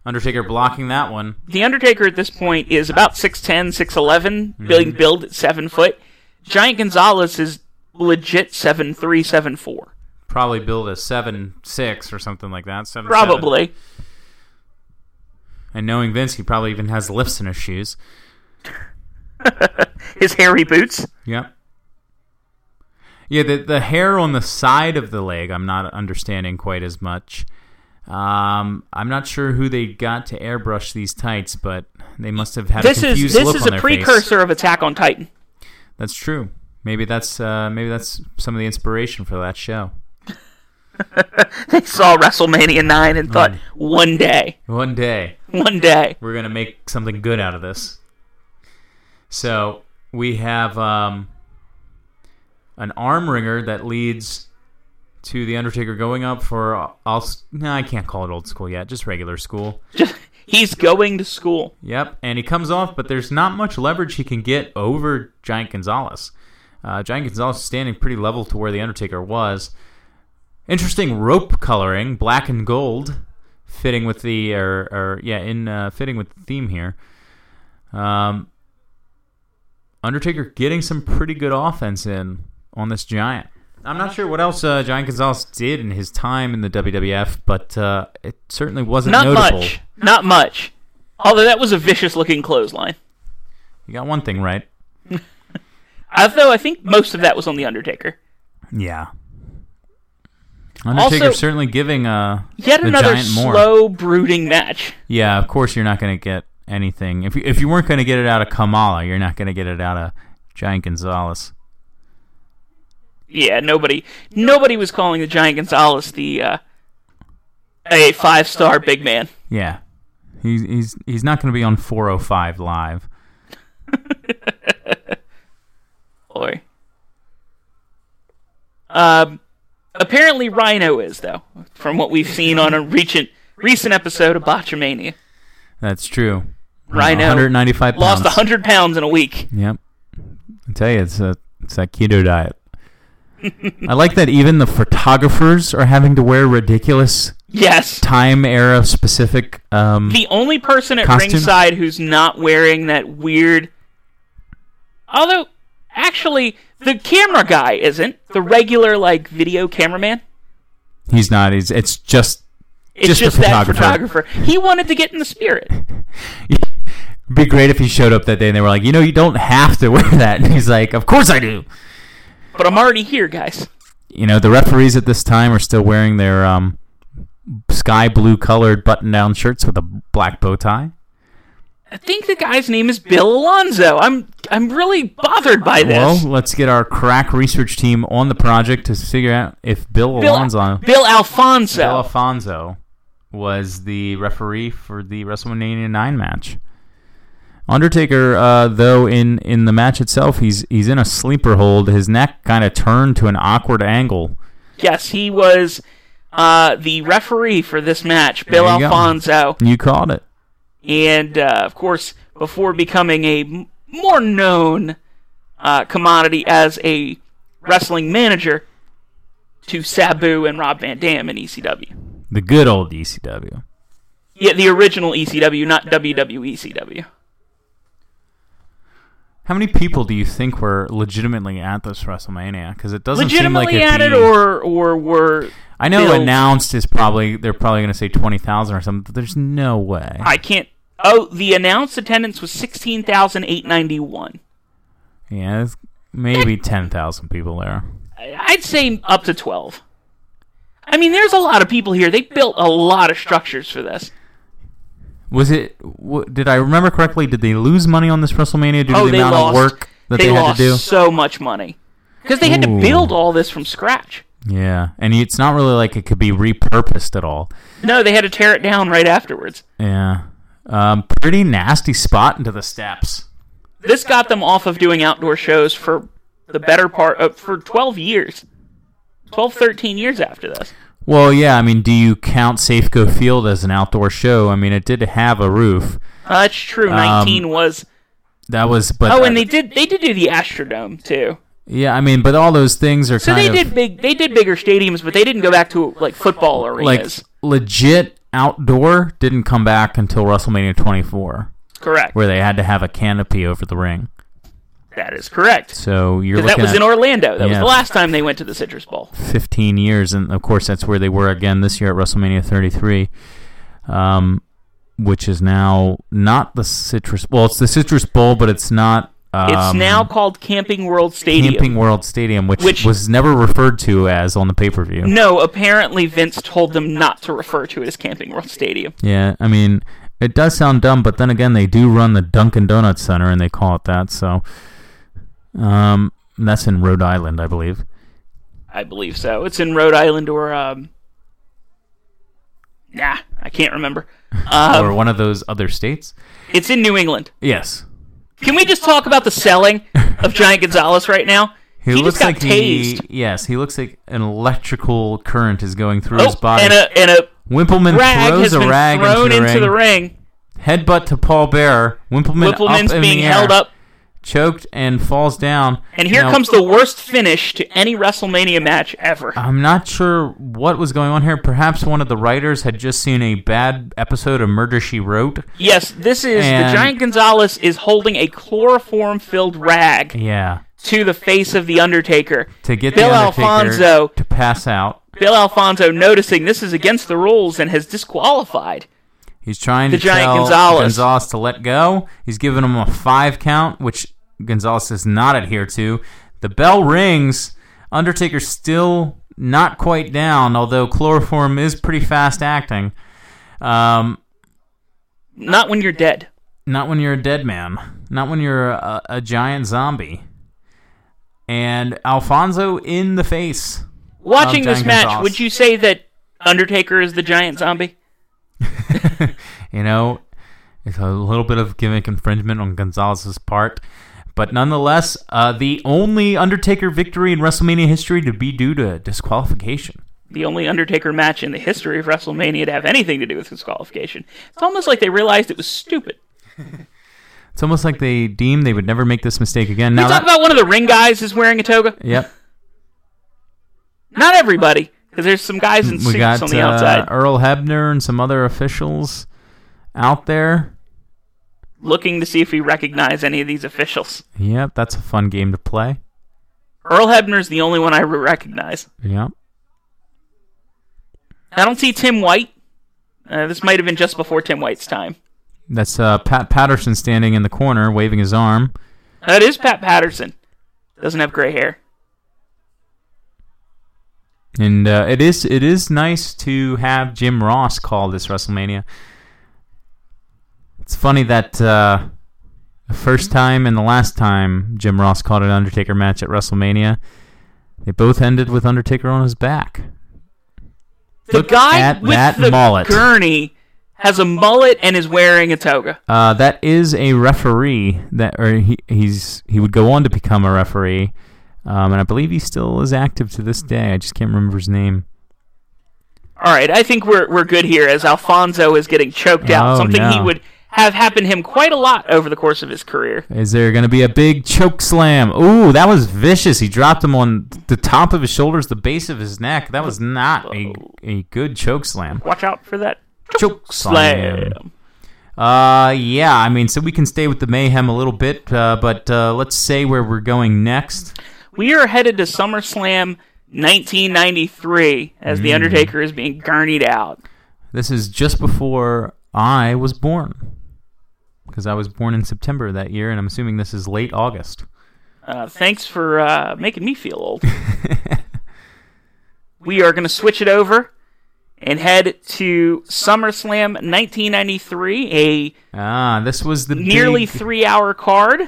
[SPEAKER 2] Undertaker blocking that one.
[SPEAKER 1] The Undertaker at this point is about 6'10", 6'11", being
[SPEAKER 2] Mm-hmm.
[SPEAKER 1] billed at seven foot. Giant Gonzalez is legit seven three, seven four.
[SPEAKER 2] Probably billed as seven six or something like that. Seven seven.
[SPEAKER 1] Probably.
[SPEAKER 2] And knowing Vince, he probably even has lifts in his shoes.
[SPEAKER 1] His hairy boots.
[SPEAKER 2] Yep. Yeah, the the hair on the side of the leg, I'm not understanding quite as much. Um, I'm not sure who they got to airbrush these tights, but they must have had
[SPEAKER 1] This
[SPEAKER 2] a
[SPEAKER 1] is
[SPEAKER 2] confused
[SPEAKER 1] this
[SPEAKER 2] look
[SPEAKER 1] is
[SPEAKER 2] on
[SPEAKER 1] a
[SPEAKER 2] their Face.
[SPEAKER 1] precursor of Attack on Titan.
[SPEAKER 2] That's true. Maybe that's uh, maybe that's some of the inspiration for that show.
[SPEAKER 1] They saw WrestleMania 9 and
[SPEAKER 2] Mm.
[SPEAKER 1] thought, one day,
[SPEAKER 2] One day
[SPEAKER 1] one day.
[SPEAKER 2] we're gonna make something good out of this. So we have um, an arm ringer that leads to the Undertaker going up for uh, all. No, I can't call it old school yet. Just regular school.
[SPEAKER 1] Just, he's going to school.
[SPEAKER 2] Yep, and he comes off, but there's not much leverage he can get over Giant Gonzalez. Uh, Giant Gonzalez is standing pretty level to where the Undertaker was. Interesting rope coloring, black and gold, fitting with the or, or yeah, in uh, fitting with the theme here. Um, Undertaker getting some pretty good offense in on this Giant. I'm not sure what else uh, Giant Gonzalez did in his time in the WWF, but uh, it certainly wasn't
[SPEAKER 1] Not
[SPEAKER 2] notable.
[SPEAKER 1] much. Not much. Although that was a vicious looking clothesline.
[SPEAKER 2] You got one thing right.
[SPEAKER 1] Although I think most of that was on The Undertaker.
[SPEAKER 2] Yeah. Undertaker
[SPEAKER 1] Also-
[SPEAKER 2] certainly giving uh
[SPEAKER 1] Yet
[SPEAKER 2] the
[SPEAKER 1] another
[SPEAKER 2] giant more.
[SPEAKER 1] slow, brooding match.
[SPEAKER 2] Yeah, of course you're not going to get anything. If you, if you weren't going to get it out of Kamala, you're not going to get it out of Giant Gonzalez.
[SPEAKER 1] Yeah, nobody nobody was calling the Giant Gonzalez the uh, a five star big man.
[SPEAKER 2] Yeah. He's he's he's not going to be on 405 live.
[SPEAKER 1] Boy. Um, apparently Rhino is though, from what we've seen on a recent recent episode of Botchamania.
[SPEAKER 2] That's true.
[SPEAKER 1] Rhino
[SPEAKER 2] 195 pounds.
[SPEAKER 1] Lost hundred pounds in a week.
[SPEAKER 2] Yep. I tell you it's a it's that
[SPEAKER 1] [LAUGHS]
[SPEAKER 2] keto diet. I like that even the photographers are having to wear ridiculous
[SPEAKER 1] Yes.
[SPEAKER 2] time era specific um
[SPEAKER 1] The only person at
[SPEAKER 2] Costume?
[SPEAKER 1] ringside who's not wearing that weird Although, actually, the camera guy isn't the regular like video cameraman.
[SPEAKER 2] He's not. He's, it's just
[SPEAKER 1] It's
[SPEAKER 2] Just
[SPEAKER 1] just,
[SPEAKER 2] the
[SPEAKER 1] that
[SPEAKER 2] photographer.
[SPEAKER 1] photographer. He wanted to get in the spirit.
[SPEAKER 2] It'd be great if he showed up that day and they were like, you know, you don't have to wear that. And he's like, of course I do.
[SPEAKER 1] But I'm already here, guys.
[SPEAKER 2] You know, the referees at this time are still wearing their um, sky blue colored button down shirts with a black bow tie.
[SPEAKER 1] I think the guy's name is Bill Alonzo. I'm I'm really bothered by this.
[SPEAKER 2] Well, let's get our crack research team on the project to figure out if Bill,
[SPEAKER 1] Bill
[SPEAKER 2] Alonzo,
[SPEAKER 1] Bill Alfonso.
[SPEAKER 2] Bill Alfonso was the referee for the WrestleMania 9 match. Undertaker, uh, though, in, in the match itself, he's he's in a sleeper hold. His neck kind of turned to an awkward angle.
[SPEAKER 1] yes, he was uh, the referee for this match, Bill
[SPEAKER 2] There you go.
[SPEAKER 1] Alfonso.
[SPEAKER 2] You called it.
[SPEAKER 1] And uh, of course, before becoming a m- more known uh, commodity as a wrestling manager to Sabu and Rob Van Dam in E ECW.
[SPEAKER 2] The good old E ECW.
[SPEAKER 1] Yeah, the original ECW, not E WWE ECW.
[SPEAKER 2] How many people do you think were legitimately at this WrestleMania? Because it doesn't seem like
[SPEAKER 1] Legitimately at
[SPEAKER 2] it'd
[SPEAKER 1] it,
[SPEAKER 2] be-
[SPEAKER 1] or or were
[SPEAKER 2] I know
[SPEAKER 1] built-
[SPEAKER 2] announced is probably they're probably going to say twenty thousand or something. But there's no way.
[SPEAKER 1] I can't. Oh, the announced attendance was sixteen thousand eight ninety one.
[SPEAKER 2] yeah, it's maybe ten thousand people there.
[SPEAKER 1] I'd say up to twelve. I mean, there's a lot of people here. They built a lot of structures for this.
[SPEAKER 2] Was it? W- did I remember correctly? Did they lose money on this WrestleMania due to
[SPEAKER 1] oh,
[SPEAKER 2] the
[SPEAKER 1] they
[SPEAKER 2] amount
[SPEAKER 1] lost,
[SPEAKER 2] of work that they, had
[SPEAKER 1] lost
[SPEAKER 2] to do?
[SPEAKER 1] so much money because they had
[SPEAKER 2] Ooh.
[SPEAKER 1] to build all this from scratch.
[SPEAKER 2] Yeah, and it's not really like it could be repurposed at all.
[SPEAKER 1] No, they had to tear it down right afterwards.
[SPEAKER 2] Yeah, um, pretty nasty spot into the steps.
[SPEAKER 1] This got them off of doing outdoor shows for the better part of for 12 years. 12 13 years after this.
[SPEAKER 2] Well, yeah, I mean, do you count Safeco Field as an outdoor show? I mean, it did have a roof.
[SPEAKER 1] Uh, that's true.
[SPEAKER 2] Um,
[SPEAKER 1] 19 was
[SPEAKER 2] That was, but
[SPEAKER 1] Oh, and they did they did do the Astrodome too.
[SPEAKER 2] yeah, I mean, but all those things are
[SPEAKER 1] So
[SPEAKER 2] kind
[SPEAKER 1] they
[SPEAKER 2] of
[SPEAKER 1] did big they did bigger stadiums, but they didn't go back to like football
[SPEAKER 2] like
[SPEAKER 1] arenas.
[SPEAKER 2] legit outdoor didn't come back until WrestleMania 24,
[SPEAKER 1] correct.
[SPEAKER 2] where they had to have a canopy over the ring.
[SPEAKER 1] That is correct.
[SPEAKER 2] So you're
[SPEAKER 1] 'Cause
[SPEAKER 2] looking
[SPEAKER 1] that was
[SPEAKER 2] at
[SPEAKER 1] in Orlando. That was
[SPEAKER 2] Yeah.
[SPEAKER 1] the last time they went to the Citrus Bowl.
[SPEAKER 2] 15 years, and of course that's where they were again this year at WrestleMania 33, um, which is now not the Citrus. Well, it's the Citrus Bowl, but it's not. Um,
[SPEAKER 1] It's now called Camping World Stadium.
[SPEAKER 2] Camping World Stadium, which,
[SPEAKER 1] Which-
[SPEAKER 2] was never referred to as on the pay per view.
[SPEAKER 1] No, apparently Vince told them not to refer to it as Camping World Stadium.
[SPEAKER 2] Yeah, I mean, it does sound dumb, but then again, they do run the Dunkin' Donuts Center, and they call it that. So, um, that's in Rhode Island, I believe.
[SPEAKER 1] I believe so. It's in Rhode Island or um Nah, I can't remember.
[SPEAKER 2] [LAUGHS]
[SPEAKER 1] Um,
[SPEAKER 2] or one of those other states.
[SPEAKER 1] It's in New England.
[SPEAKER 2] Yes,
[SPEAKER 1] Can we just talk about the selling of Giant Gonzalez right now? He, just got tased.
[SPEAKER 2] he. Yes, he looks like an electrical current is going through his
[SPEAKER 1] oh,
[SPEAKER 2] body.
[SPEAKER 1] and a and a
[SPEAKER 2] Wimpleman
[SPEAKER 1] rag
[SPEAKER 2] throws
[SPEAKER 1] has
[SPEAKER 2] a
[SPEAKER 1] been
[SPEAKER 2] rag
[SPEAKER 1] thrown
[SPEAKER 2] into the ring.
[SPEAKER 1] ring.
[SPEAKER 2] Headbutt to Paul Bearer. Wimpleman
[SPEAKER 1] Whippleman's
[SPEAKER 2] up in
[SPEAKER 1] being
[SPEAKER 2] the air,
[SPEAKER 1] held up.
[SPEAKER 2] choked, and falls down.
[SPEAKER 1] And here
[SPEAKER 2] Now,
[SPEAKER 1] comes the worst finish to any WrestleMania match ever.
[SPEAKER 2] I'm not sure what was going on here. Perhaps one of the writers had just seen a bad episode of Murder She Wrote.
[SPEAKER 1] Yes, this is
[SPEAKER 2] And-
[SPEAKER 1] the giant Gonzalez is holding a chloroform filled rag
[SPEAKER 2] Yeah,
[SPEAKER 1] to the face of the Undertaker.
[SPEAKER 2] to get
[SPEAKER 1] Bill
[SPEAKER 2] the Undertaker
[SPEAKER 1] Alfonso.
[SPEAKER 2] to pass out.
[SPEAKER 1] Bill Alfonso noticing this is against the rules and has disqualified.
[SPEAKER 2] He's trying
[SPEAKER 1] The
[SPEAKER 2] to
[SPEAKER 1] Giant
[SPEAKER 2] tell
[SPEAKER 1] Gonzalez.
[SPEAKER 2] Gonzalez to let go. He's giving him a five count, which Gonzalez does not adhere to. The bell rings. Undertaker still not quite down, although chloroform is pretty fast acting. Um,
[SPEAKER 1] Not when you're dead.
[SPEAKER 2] not when you're a dead man. Not when you're a, a giant zombie. And Alfonso in the face.
[SPEAKER 1] Watching
[SPEAKER 2] Giant
[SPEAKER 1] this match,
[SPEAKER 2] Gonzalez.
[SPEAKER 1] would you say that Undertaker is the giant zombie?
[SPEAKER 2] You know, it's a little bit of gimmick infringement on Gonzalez's part. But nonetheless, uh, the only Undertaker victory in WrestleMania history to be due to disqualification.
[SPEAKER 1] The only Undertaker match in the history of WrestleMania to have anything to do with disqualification. It's almost like they realized it was stupid.
[SPEAKER 2] It's almost like they deemed they would never make this mistake again. Now
[SPEAKER 1] You talk
[SPEAKER 2] that,
[SPEAKER 1] about one of the ring guys is wearing a toga.
[SPEAKER 2] yep,
[SPEAKER 1] Not everybody, because there's some guys in
[SPEAKER 2] we
[SPEAKER 1] suits
[SPEAKER 2] got
[SPEAKER 1] on the
[SPEAKER 2] uh,
[SPEAKER 1] outside.
[SPEAKER 2] Earl Hebner and some other officials out there.
[SPEAKER 1] looking to see if we recognize any of these officials.
[SPEAKER 2] Yep, that's a fun game to play.
[SPEAKER 1] Earl Hebner's the only one I recognize.
[SPEAKER 2] Yep.
[SPEAKER 1] I don't see Tim White. Uh, this might have been just before Tim White's time.
[SPEAKER 2] That's uh, Pat Patterson standing in the corner, waving his arm.
[SPEAKER 1] That is Pat Patterson. Doesn't have gray hair.
[SPEAKER 2] And uh, it is it is nice to have Jim Ross call this WrestleMania. It's funny that uh, the first time and the last time Jim Ross called an Undertaker match at WrestleMania, they both ended with Undertaker on his back.
[SPEAKER 1] The
[SPEAKER 2] Look
[SPEAKER 1] guy
[SPEAKER 2] at
[SPEAKER 1] with
[SPEAKER 2] that
[SPEAKER 1] the
[SPEAKER 2] mullet.
[SPEAKER 1] gurney has a mullet and is wearing a toga.
[SPEAKER 2] Uh, that is a referee that, or he, he's he would go on to become a referee, um, and I believe he still is active to this day. I just can't remember his name.
[SPEAKER 1] All right, I think we're we're good here as Alfonso is getting choked out.
[SPEAKER 2] Oh,
[SPEAKER 1] Something he
[SPEAKER 2] no.
[SPEAKER 1] would have happened him quite a lot over the course of his career.
[SPEAKER 2] Is there going to be a big choke slam? Ooh, that was vicious. He dropped him on the top of his shoulders, the base of his neck. That was not a, a good choke slam.
[SPEAKER 1] Watch out for that
[SPEAKER 2] Choke
[SPEAKER 1] slam.
[SPEAKER 2] Uh, yeah, I mean, so we can stay with the mayhem a little bit, uh, but uh, let's say where we're going next.
[SPEAKER 1] We are headed to SummerSlam 1993 as
[SPEAKER 2] Mm.
[SPEAKER 1] The Undertaker is being gurneyed out.
[SPEAKER 2] This is just before I was born. Because I was born in September that year, and I'm assuming this is late August.
[SPEAKER 1] Uh, thanks for uh, making me feel old.
[SPEAKER 2] [LAUGHS]
[SPEAKER 1] we are going to switch it over and head to SummerSlam 1993, a
[SPEAKER 2] Ah, this was the
[SPEAKER 1] nearly
[SPEAKER 2] big-
[SPEAKER 1] three hour card.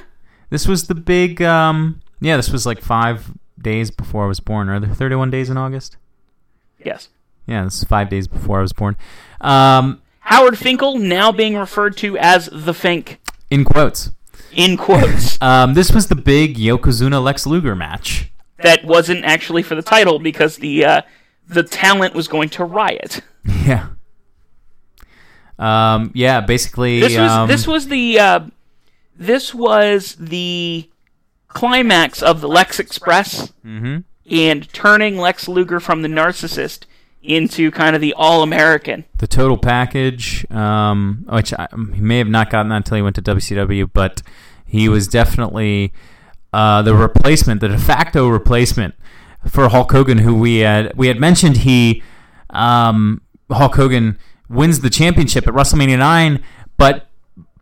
[SPEAKER 2] This was the big. Um, yeah, this was like five days before I was born. Are there 31 days in August?
[SPEAKER 1] Yes.
[SPEAKER 2] Yeah, this is five days before I was born. Um,
[SPEAKER 1] Howard Finkel now being referred to as the Fink,
[SPEAKER 2] in quotes.
[SPEAKER 1] in quotes.
[SPEAKER 2] Um, this was the big Yokozuna Lex Luger match. [LAUGHS]
[SPEAKER 1] that wasn't actually for the title because the uh, the talent was going to riot.
[SPEAKER 2] Yeah. Um, yeah, basically.
[SPEAKER 1] This was
[SPEAKER 2] um,
[SPEAKER 1] this was the uh, this was the climax of the Lex Express and turning Lex Luger from the narcissist into kind of the all American.
[SPEAKER 2] the total package, um, which I, he may have not gotten that until he went to WCW, but he was definitely uh, the replacement, the de facto replacement for Hulk Hogan, who we had we had mentioned he um, Hulk Hogan wins the championship at WrestleMania nine, but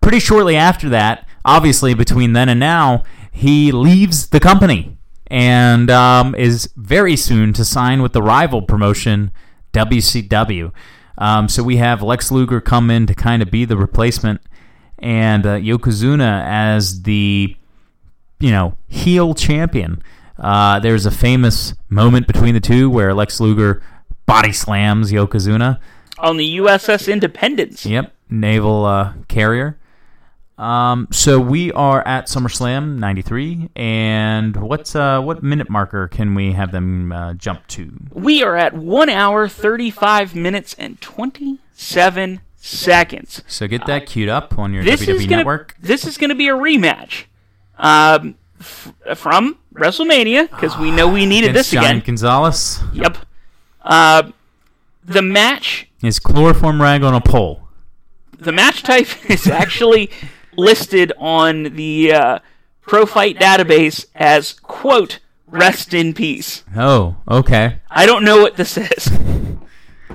[SPEAKER 2] pretty shortly after that, obviously between then and now, he leaves the company and um, is very soon to sign with the rival promotion WCW. Um, so we have Lex Luger come in to kind of be the replacement, and uh, Yokozuna as the you know, heel champion. Uh, there's a famous moment between the two where Lex Luger body slams Yokozuna.
[SPEAKER 1] On the USS Independence,
[SPEAKER 2] Yep, naval uh, carrier. Um, so we are at SummerSlam '93, and what's uh, what minute marker can we have them uh, jump to?
[SPEAKER 1] we are at one hour thirty five minutes and twenty seven seconds.
[SPEAKER 2] So get that queued up on your
[SPEAKER 1] This
[SPEAKER 2] WWE
[SPEAKER 1] is gonna
[SPEAKER 2] E network.
[SPEAKER 1] this is gonna be a rematch um, f- from WrestleMania because we know we needed
[SPEAKER 2] Against
[SPEAKER 1] this
[SPEAKER 2] John
[SPEAKER 1] again.
[SPEAKER 2] Gonzalez
[SPEAKER 1] Yep. Uh, the match
[SPEAKER 2] is chloroform rag on a pole.
[SPEAKER 1] the match type [LAUGHS] is actually listed on the uh, Pro Fight database as quote rest in peace.
[SPEAKER 2] Oh, okay.
[SPEAKER 1] I don't know what this is.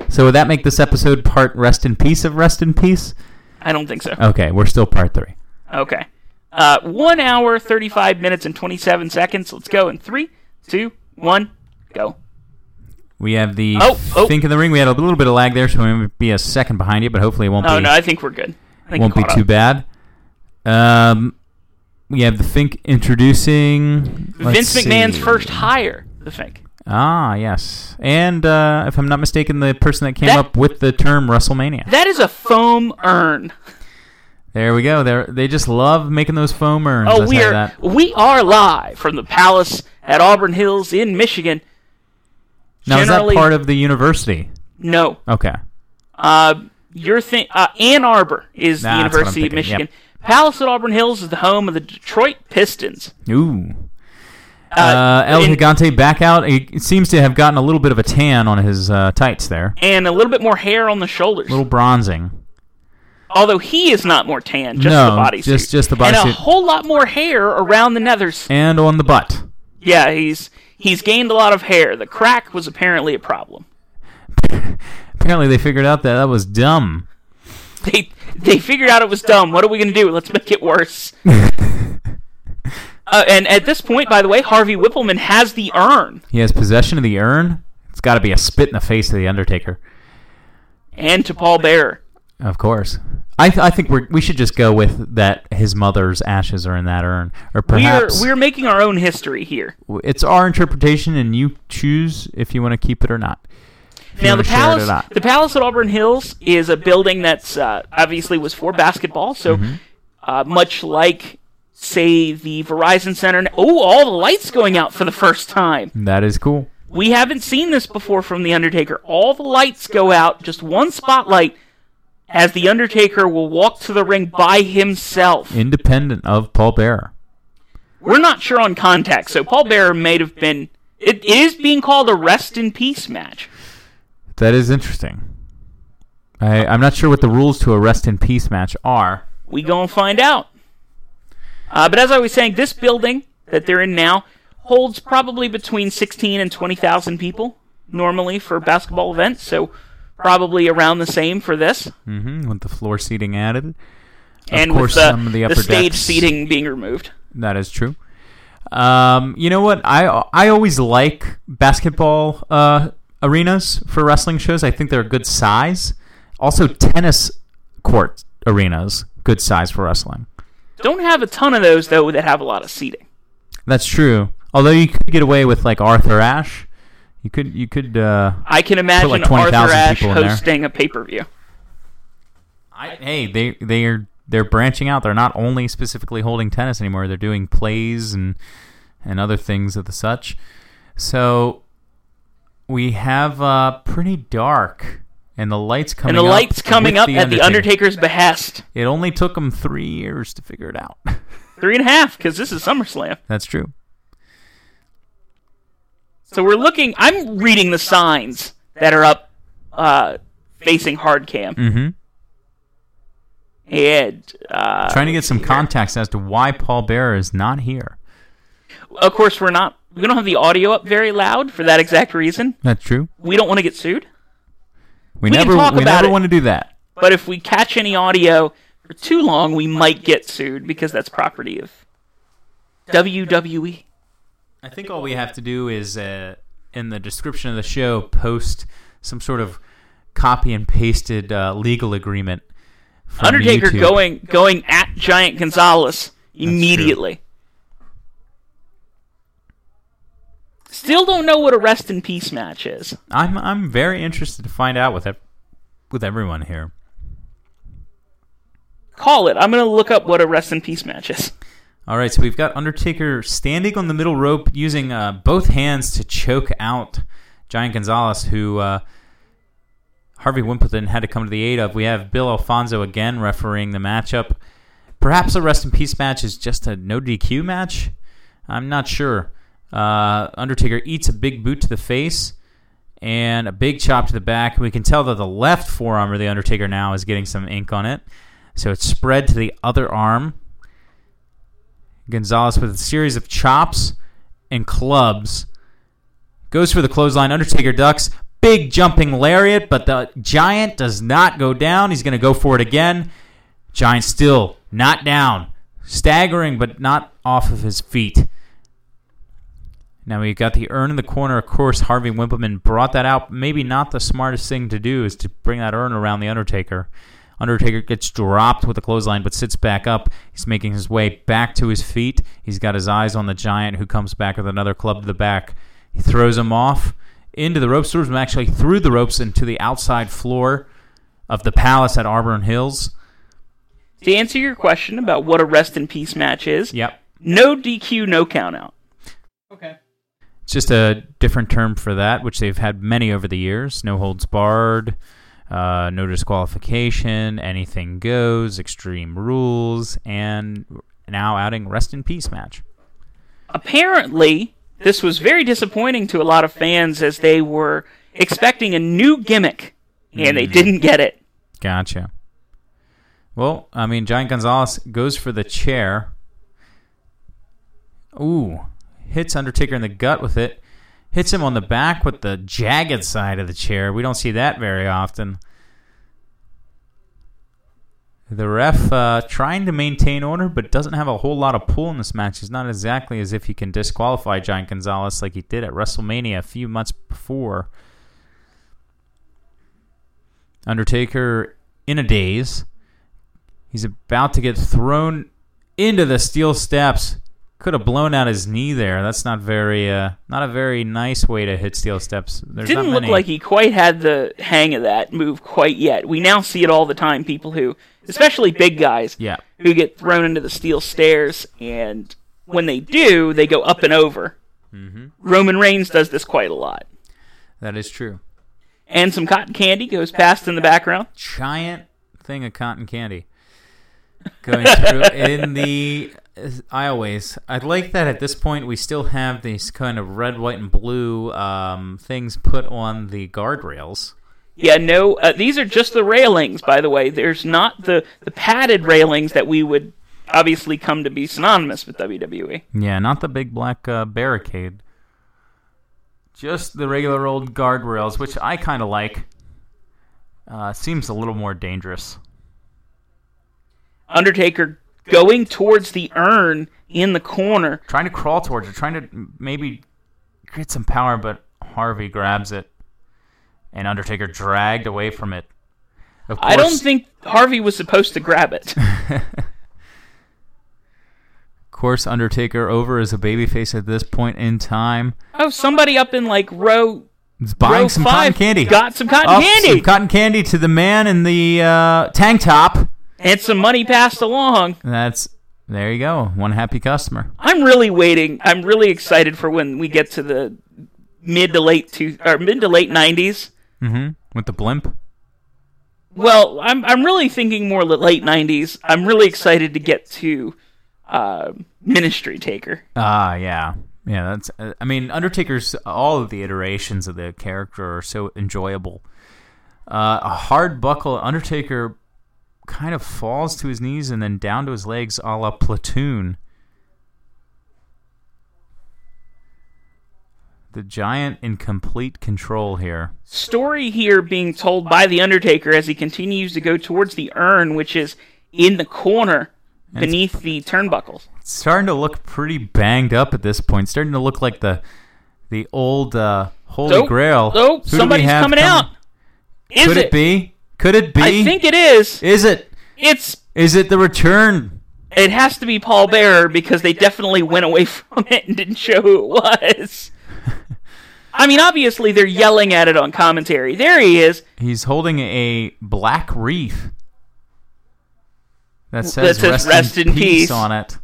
[SPEAKER 2] So would that make this episode part rest in peace of rest in peace?
[SPEAKER 1] I don't think so.
[SPEAKER 2] Okay, we're still part three.
[SPEAKER 1] Okay. Uh, one hour, thirty-five minutes, and twenty-seven seconds. Let's go in three, two, one, go.
[SPEAKER 2] We have the
[SPEAKER 1] Oh, oh.
[SPEAKER 2] think in the ring. We had a little bit of lag there, so we might be a second behind you, but hopefully it won't
[SPEAKER 1] Oh
[SPEAKER 2] be
[SPEAKER 1] no, I think we're good. I think
[SPEAKER 2] won't
[SPEAKER 1] we
[SPEAKER 2] be
[SPEAKER 1] caught
[SPEAKER 2] too
[SPEAKER 1] up.
[SPEAKER 2] bad. Um, we have the Fink introducing
[SPEAKER 1] Vince
[SPEAKER 2] let's
[SPEAKER 1] McMahon's
[SPEAKER 2] see.
[SPEAKER 1] first hire, the Fink.
[SPEAKER 2] Ah, yes, and uh, if I'm not mistaken, the person that came
[SPEAKER 1] That-
[SPEAKER 2] up with the term WrestleMania.
[SPEAKER 1] That is a foam urn.
[SPEAKER 2] there we go. They they just love making those foam urns.
[SPEAKER 1] Oh,
[SPEAKER 2] I'll
[SPEAKER 1] we
[SPEAKER 2] tell you
[SPEAKER 1] are
[SPEAKER 2] that.
[SPEAKER 1] we are live from the palace at Auburn Hills in Michigan.
[SPEAKER 2] Now is that
[SPEAKER 1] generally-
[SPEAKER 2] part of the university?
[SPEAKER 1] No,
[SPEAKER 2] Okay.
[SPEAKER 1] uh, your thing. Uh, Ann Arbor is
[SPEAKER 2] Nah,
[SPEAKER 1] the
[SPEAKER 2] that's what I'm
[SPEAKER 1] University of
[SPEAKER 2] thinking, yep.
[SPEAKER 1] Michigan. Palace at Auburn Hills is the home of the Detroit Pistons.
[SPEAKER 2] Ooh. Uh, El
[SPEAKER 1] in-
[SPEAKER 2] Gigante back out. He seems to have gotten a little bit of a tan on his uh, tights there.
[SPEAKER 1] and a little bit more hair on the shoulders.
[SPEAKER 2] little bronzing.
[SPEAKER 1] Although he is not more tan, just
[SPEAKER 2] No,
[SPEAKER 1] the bodysuit.
[SPEAKER 2] just- just the
[SPEAKER 1] And a
[SPEAKER 2] bodysuit.
[SPEAKER 1] whole lot more hair around the nethers.
[SPEAKER 2] and on the butt.
[SPEAKER 1] Yeah, he's he's gained a lot of hair. The crack was apparently a problem. [LAUGHS]
[SPEAKER 2] Apparently, they figured out that that was dumb.
[SPEAKER 1] They they figured out it was dumb. What are we gonna do? Let's make it
[SPEAKER 2] [LAUGHS]
[SPEAKER 1] worse. Uh, and at this point, by the way, Harvey Whippleman has the urn
[SPEAKER 2] He has possession of the urn. It's got to be a spit in the face of the Undertaker,
[SPEAKER 1] and to Paul Bearer.
[SPEAKER 2] of course. I, th- I think we're, we should just go with that his mother's ashes are in that urn, or
[SPEAKER 1] We're
[SPEAKER 2] perhaps
[SPEAKER 1] we're making our own history here.
[SPEAKER 2] it's our interpretation, and you choose if you want to keep it or not. If you
[SPEAKER 1] Now the
[SPEAKER 2] wanna share it or
[SPEAKER 1] palace,
[SPEAKER 2] not.
[SPEAKER 1] the palace at Auburn Hills is a building that's uh, obviously was for basketball. So
[SPEAKER 2] Mm-hmm.
[SPEAKER 1] uh, much like, say, the Verizon Center. Oh, all the lights going out for the first time.
[SPEAKER 2] that is cool.
[SPEAKER 1] We haven't seen this before from the Undertaker. All the lights go out, just one spotlight, as the Undertaker will walk to the ring by himself.
[SPEAKER 2] Independent of Paul Bearer.
[SPEAKER 1] We're not sure on contact, so Paul Bearer may have been. It is being called a rest in peace match.
[SPEAKER 2] That is interesting. I, I'm not sure what the rules to a rest in peace match are.
[SPEAKER 1] We gonna find out. Uh, but as I was saying, this building that they're in now holds probably between 16 and 20,000 people normally for basketball events, so probably around the same for this.
[SPEAKER 2] hmm with the floor seating added.
[SPEAKER 1] and
[SPEAKER 2] course,
[SPEAKER 1] with the,
[SPEAKER 2] some of the
[SPEAKER 1] the
[SPEAKER 2] upper
[SPEAKER 1] stage
[SPEAKER 2] decks-
[SPEAKER 1] seating being removed.
[SPEAKER 2] That is true. Um, you know what? I I always like basketball uh, arenas for wrestling shows. I think they're a good size. Also, tennis court arenas, good size for wrestling.
[SPEAKER 1] Don't have a ton of those though that have a lot of seating.
[SPEAKER 2] That's true. Although you could get away with like Arthur Ashe. You could you could. Uh,
[SPEAKER 1] I can imagine
[SPEAKER 2] like,
[SPEAKER 1] Arthur
[SPEAKER 2] 20,000
[SPEAKER 1] Ashe
[SPEAKER 2] people in there.
[SPEAKER 1] hosting a pay per view.
[SPEAKER 2] I, hey, they they are they're branching out. They're not only specifically holding tennis anymore. They're doing plays and and other things of the such. So we have uh, pretty dark, and the lights coming
[SPEAKER 1] And the
[SPEAKER 2] up
[SPEAKER 1] lights coming
[SPEAKER 2] with
[SPEAKER 1] up at the Undertaker's behest.
[SPEAKER 2] It only took them three years to figure it out. [LAUGHS]
[SPEAKER 1] Three and a half, because this is SummerSlam.
[SPEAKER 2] That's true.
[SPEAKER 1] So we're looking. I'm reading the signs that are up uh, facing hard cam,
[SPEAKER 2] hmm
[SPEAKER 1] and uh,
[SPEAKER 2] Trying to get some context as to why Paul Bearer is not here.
[SPEAKER 1] of course we're not. We don't have the audio up very loud for that exact reason.
[SPEAKER 2] That's true.
[SPEAKER 1] We don't want to get sued.
[SPEAKER 2] We,
[SPEAKER 1] can
[SPEAKER 2] never
[SPEAKER 1] talk
[SPEAKER 2] we
[SPEAKER 1] about
[SPEAKER 2] never
[SPEAKER 1] it.
[SPEAKER 2] want to do that.
[SPEAKER 1] But if we catch any audio for too long, we might get sued because that's property of E. WWE.
[SPEAKER 2] I think all we have to do is uh, in the description of the show post some sort of copy and pasted uh, legal agreement. From
[SPEAKER 1] Undertaker
[SPEAKER 2] YouTube.
[SPEAKER 1] going going at Giant Gonzalez immediately. Still don't know what a rest in peace match is.
[SPEAKER 2] I'm I'm very interested to find out with ev- with everyone here.
[SPEAKER 1] Call it. I'm gonna look up what a rest in peace match is.
[SPEAKER 2] All right, so we've got Undertaker standing on the middle rope using uh, both hands to choke out Giant Gonzalez, who uh, Harvey Wimpleton had to come to the aid of. We have Bill Alfonso again refereeing the matchup. Perhaps a rest in peace match is just a no DQ match. I'm not sure. Uh, Undertaker eats a big boot to the face and a big chop to the back. We can tell that the left forearm of the Undertaker now is getting some ink on it, so it's spread to the other arm. Gonzalez with a series of chops and clubs. Goes for the clothesline. Undertaker ducks. Big jumping lariat, but the Giant does not go down. He's going to go for it again. Giant still not down. Staggering, but not off of his feet. Now we've got the urn in the corner. Of course, Harvey Wimpleman brought that out. Maybe not the smartest thing to do is to bring that urn around the Undertaker. Undertaker gets dropped with a clothesline, but sits back up. He's making his way back to his feet. He's got his eyes on the giant, who comes back with another club to the back. He throws him off into the ropes. Throws him actually through the ropes into the outside floor of the palace at Auburn Hills.
[SPEAKER 1] To answer your question about what a rest in peace match is,
[SPEAKER 2] Yep,
[SPEAKER 1] no DQ, no count out.
[SPEAKER 2] It's just a different term for that, which they've had many over the years. No holds barred, uh, no disqualification, anything goes, extreme rules, and now outing rest in peace match.
[SPEAKER 1] apparently this was very disappointing to a lot of fans as they were
[SPEAKER 2] Hmm.
[SPEAKER 1] expecting a new gimmick and they didn't get it
[SPEAKER 2] Gotcha. Well, I mean, Giant Gonzalez goes for the chair. Ooh, hits Undertaker in the gut with it. Hits him on the back with the jagged side of the chair. We don't see that very often. The ref uh, trying to maintain order, but doesn't have a whole lot of pull in this match. It's not exactly as if he can disqualify Giant Gonzalez like he did at WrestleMania a few months before. Undertaker in a daze. He's about to get thrown into the steel steps. Could have blown out his knee there. That's not very, uh, not a very nice way to hit steel steps. There's
[SPEAKER 1] Didn't
[SPEAKER 2] not
[SPEAKER 1] look
[SPEAKER 2] many.
[SPEAKER 1] like he quite had the hang of that move quite yet. We now see it all the time. People who, especially big guys,
[SPEAKER 2] Yeah.
[SPEAKER 1] who get thrown into the steel stairs, and when they do, they go up and over.
[SPEAKER 2] Mm-hmm.
[SPEAKER 1] Roman Reigns does this quite a lot.
[SPEAKER 2] That is true.
[SPEAKER 1] And some cotton candy goes past in the background.
[SPEAKER 2] giant thing of cotton candy going through in the aisleways. I like that at this point we still have these kind of red, white, and blue um, things put on the guardrails.
[SPEAKER 1] Yeah, no, uh, these are just the railings, by the way. There's not the, the padded railings that we would obviously come to be synonymous with E. WWE.
[SPEAKER 2] Yeah, not the big black uh, barricade. Just the regular old guardrails, which I kind of like. Uh, seems a little more dangerous.
[SPEAKER 1] Undertaker going towards the urn in the corner.
[SPEAKER 2] Trying to crawl towards it, trying to maybe get some power, but Harvey grabs it, and Undertaker dragged away from it. Of course,
[SPEAKER 1] I don't think Harvey was supposed to grab
[SPEAKER 2] [LAUGHS]
[SPEAKER 1] it.
[SPEAKER 2] Of course, Undertaker over as a babyface at this point in time.
[SPEAKER 1] oh, somebody up in like row
[SPEAKER 2] He's buying
[SPEAKER 1] row
[SPEAKER 2] some
[SPEAKER 1] five
[SPEAKER 2] cotton candy.
[SPEAKER 1] got some cotton
[SPEAKER 2] Up
[SPEAKER 1] candy
[SPEAKER 2] Some cotton candy to the man in the uh, tank top.
[SPEAKER 1] and some money passed along.
[SPEAKER 2] That's there you go. One happy customer.
[SPEAKER 1] I'm really waiting. I'm really excited for when we get to the mid to late two or mid to late '90s.
[SPEAKER 2] hmm With the blimp.
[SPEAKER 1] Well, I'm I'm really thinking more li- late '90s. I'm really excited to get to uh, Ministry Taker.
[SPEAKER 2] Ah, yeah, yeah. That's. uh, I mean, Undertaker's all of the iterations of the character are so enjoyable. Uh, a hard buckle Undertaker kind of falls to his knees and then down to his legs, a la platoon. The giant in complete control here.
[SPEAKER 1] Story here being told by the Undertaker as he continues to go towards the urn, which is in the corner beneath the turnbuckles.
[SPEAKER 2] It's starting to look pretty banged up at this point. Starting to look like the the old uh, Holy
[SPEAKER 1] Nope.
[SPEAKER 2] Grail.
[SPEAKER 1] Nope,
[SPEAKER 2] Who do we
[SPEAKER 1] somebody's
[SPEAKER 2] have
[SPEAKER 1] coming out. Is
[SPEAKER 2] Could it, be? Could it be?
[SPEAKER 1] I think it is.
[SPEAKER 2] Is it?
[SPEAKER 1] It's
[SPEAKER 2] Is it the return?
[SPEAKER 1] it has to be Paul Bearer because they definitely went away [LAUGHS] from it and didn't show who it
[SPEAKER 2] [LAUGHS]
[SPEAKER 1] was. I mean, obviously they're yelling at it on commentary. There he is.
[SPEAKER 2] He's holding a black wreath that says,
[SPEAKER 1] says "Rest in peace."
[SPEAKER 2] on it.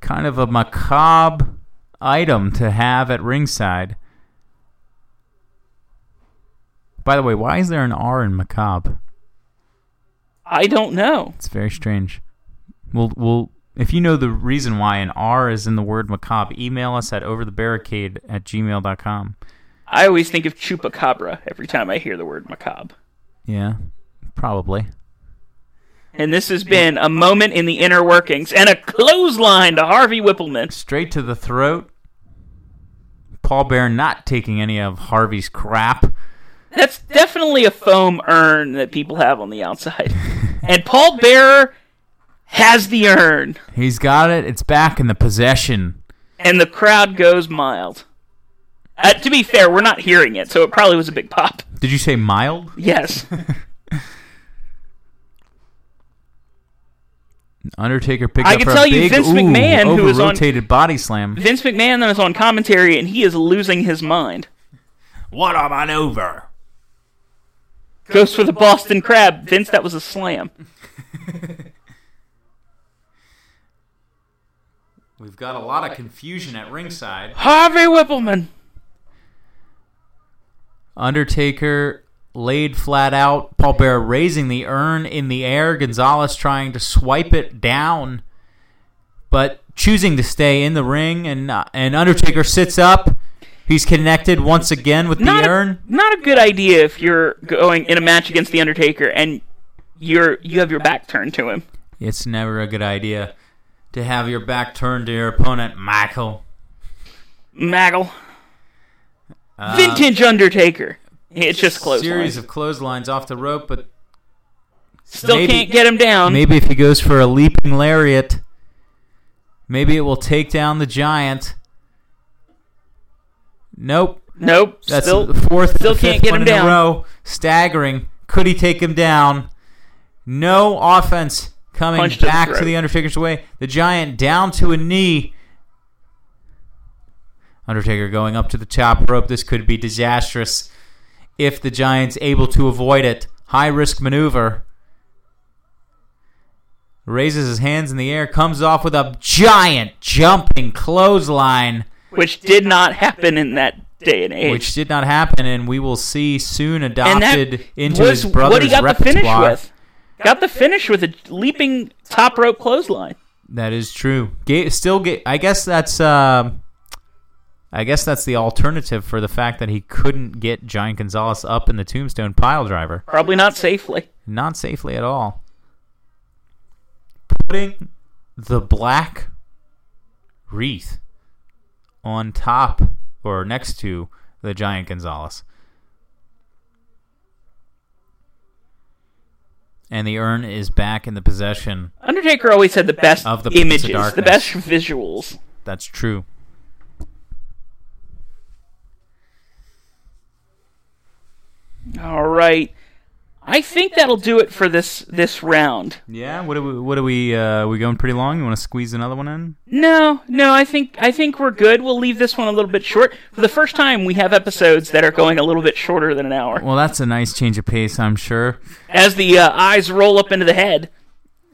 [SPEAKER 2] Kind of a macabre item to have at ringside. By the way, why is there an R in macabre?
[SPEAKER 1] I don't know.
[SPEAKER 2] It's very strange. We'll, we'll, if you know the reason why an R is in the word macabre, email us at overthebarricade at gmail.com.
[SPEAKER 1] I always think of chupacabra every time I hear the word macabre.
[SPEAKER 2] Yeah, probably.
[SPEAKER 1] And this has been a moment in the inner workings and a clothesline to Harvey Whippleman.
[SPEAKER 2] straight to the throat. Paul Bear not taking any of Harvey's crap.
[SPEAKER 1] That's definitely a foam urn that people have on the outside. [LAUGHS] and Paul Bearer has the urn.
[SPEAKER 2] He's got it. It's back in the possession.
[SPEAKER 1] and the crowd goes mild. Uh, to be fair, we're not hearing it, so it probably was a big pop.
[SPEAKER 2] Did you say mild?
[SPEAKER 1] Yes.
[SPEAKER 2] Undertaker picked
[SPEAKER 1] I
[SPEAKER 2] up
[SPEAKER 1] can
[SPEAKER 2] for a
[SPEAKER 1] tell you
[SPEAKER 2] big,
[SPEAKER 1] Vince McMahon,
[SPEAKER 2] ooh,
[SPEAKER 1] who was on-
[SPEAKER 2] rotated body
[SPEAKER 1] [LAUGHS]
[SPEAKER 2] slam.
[SPEAKER 1] Vince McMahon then is on commentary, and he is losing his mind.
[SPEAKER 2] What a maneuver!
[SPEAKER 1] Goes for the Boston Crab. Vince, that was a slam.
[SPEAKER 2] We've got a lot of confusion at ringside.
[SPEAKER 1] Harvey Whippleman.
[SPEAKER 2] Undertaker laid flat out. Paul Bear raising the urn in the air. Gonzalez trying to swipe it down, but choosing to stay in the ring. And uh, and Undertaker sits up. He's connected once again with the
[SPEAKER 1] Not a,
[SPEAKER 2] urn.
[SPEAKER 1] not a good idea if you're going in a match against The Undertaker and you're you have your back turned to him.
[SPEAKER 2] It's never a good idea to have your back turned to your opponent, Michael.
[SPEAKER 1] Maggle. Vintage Undertaker. It's just close.
[SPEAKER 2] Uh, Series of clotheslines off the rope, but
[SPEAKER 1] Still
[SPEAKER 2] maybe-
[SPEAKER 1] can't get him down.
[SPEAKER 2] maybe if he goes for a leaping lariat, maybe it will take down the giant. Nope.
[SPEAKER 1] Nope.
[SPEAKER 2] That's
[SPEAKER 1] still
[SPEAKER 2] the fourth
[SPEAKER 1] still
[SPEAKER 2] and fifth
[SPEAKER 1] can't get
[SPEAKER 2] one
[SPEAKER 1] him
[SPEAKER 2] in
[SPEAKER 1] down.
[SPEAKER 2] a row. Staggering. Could he take him down? No offense coming
[SPEAKER 1] Punch to the
[SPEAKER 2] back to
[SPEAKER 1] throat.
[SPEAKER 2] the Undertaker's way. The Giant down to a knee. Undertaker going up to the top rope. This could be disastrous if the Giant's able to avoid it. High risk maneuver. Raises his hands in the air, comes off with a giant jumping clothesline.
[SPEAKER 1] which did not happen in that day and age.
[SPEAKER 2] which did not happen, and we will see soon
[SPEAKER 1] and that
[SPEAKER 2] adopted into
[SPEAKER 1] was
[SPEAKER 2] his brother's
[SPEAKER 1] what he got
[SPEAKER 2] repertoire.
[SPEAKER 1] the finish with. Got the finish with a leaping top rope clothesline.
[SPEAKER 2] That is true. Ga- still, ga- I guess that's. Um, I guess that's the alternative for the fact that he couldn't get Giant Gonzalez up in the tombstone pile driver.
[SPEAKER 1] Probably not safely.
[SPEAKER 2] Not safely at all. Putting the black wreath on top or next to the Giant Gonzalez. And the urn is back in the possession.
[SPEAKER 1] Undertaker always had the best
[SPEAKER 2] Of the Prince of
[SPEAKER 1] images, the
[SPEAKER 2] Darkness.
[SPEAKER 1] best visuals.
[SPEAKER 2] That's true.
[SPEAKER 1] All right. I think that'll do it for this this round.
[SPEAKER 2] Yeah, what are we what are we uh we going pretty long? You want to squeeze another one in?
[SPEAKER 1] No, no, I think I think we're good. We'll leave this one a little bit short. For the first time, we have episodes that are going a little bit shorter than an hour.
[SPEAKER 2] Well, that's a nice change of pace, I'm sure.
[SPEAKER 1] As the uh, eyes roll up into the head,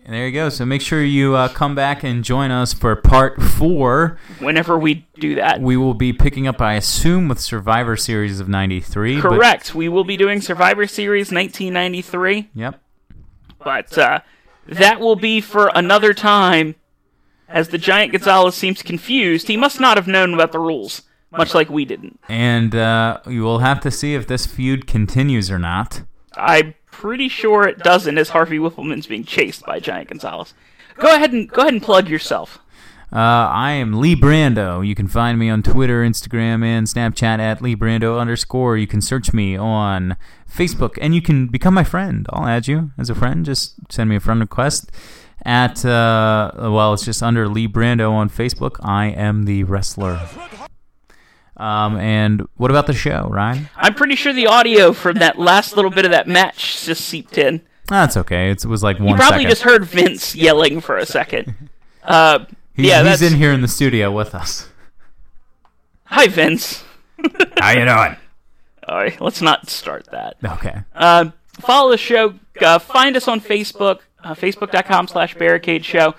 [SPEAKER 2] And there you go. So make sure you uh, come back and join us for part 4.
[SPEAKER 1] whenever we do that.
[SPEAKER 2] We will be picking up, I assume, with Survivor Series of '93. but-
[SPEAKER 1] Correct. We will be doing Survivor Series 1993.
[SPEAKER 2] Yep.
[SPEAKER 1] But uh, that will be for another time. As the giant Gonzalez seems confused, he must not have known about the rules, much like we didn't.
[SPEAKER 2] And uh, you will have to see if this feud continues or not.
[SPEAKER 1] I'm pretty sure it doesn't, as Harvey Whippleman's being chased by Giant Gonzalez. Go ahead and go ahead and plug yourself.
[SPEAKER 2] Uh, I am Lee Brando. You can find me on Twitter, Instagram, and Snapchat at Lee Brando underscore. You can search me on Facebook, and you can become my friend. I'll add you as a friend. Just send me a friend request at uh, well, it's just under Lee Brando on Facebook. I am the wrestler. Um, and what about the show, Ryan?
[SPEAKER 1] I'm pretty sure the audio from that last little bit of that match just seeped in.
[SPEAKER 2] That's okay. It's, it was like one
[SPEAKER 1] You probably
[SPEAKER 2] second.
[SPEAKER 1] just heard Vince yelling for a second.
[SPEAKER 2] [LAUGHS]
[SPEAKER 1] Uh,
[SPEAKER 2] He's,
[SPEAKER 1] yeah,
[SPEAKER 2] he's
[SPEAKER 1] that's
[SPEAKER 2] in here in the studio
[SPEAKER 1] [LAUGHS]
[SPEAKER 2] with us.
[SPEAKER 1] hi Vince.
[SPEAKER 2] How you doing?
[SPEAKER 1] All right, let's not start that.
[SPEAKER 2] Okay.
[SPEAKER 1] Um, follow the show. Uh, find us on Facebook, uh, facebook.com slash barricade show.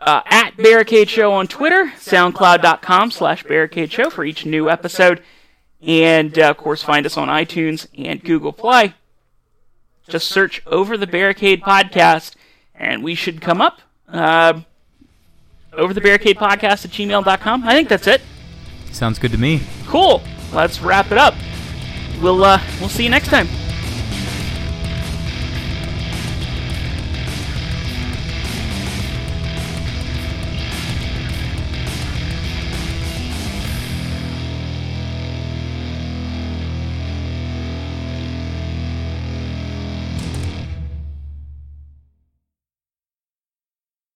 [SPEAKER 1] Uh, at barricade show on Twitter, soundcloud.com slash barricade show for each new episode. And uh, of course, find us on iTunes and Google Play. Just search Over the Barricade Podcast and we should come up. Um over the barricade podcast at gmail.com. I think that's it.
[SPEAKER 2] Sounds good to me.
[SPEAKER 1] Cool. Let's wrap it up. We'll uh, we'll see you next time.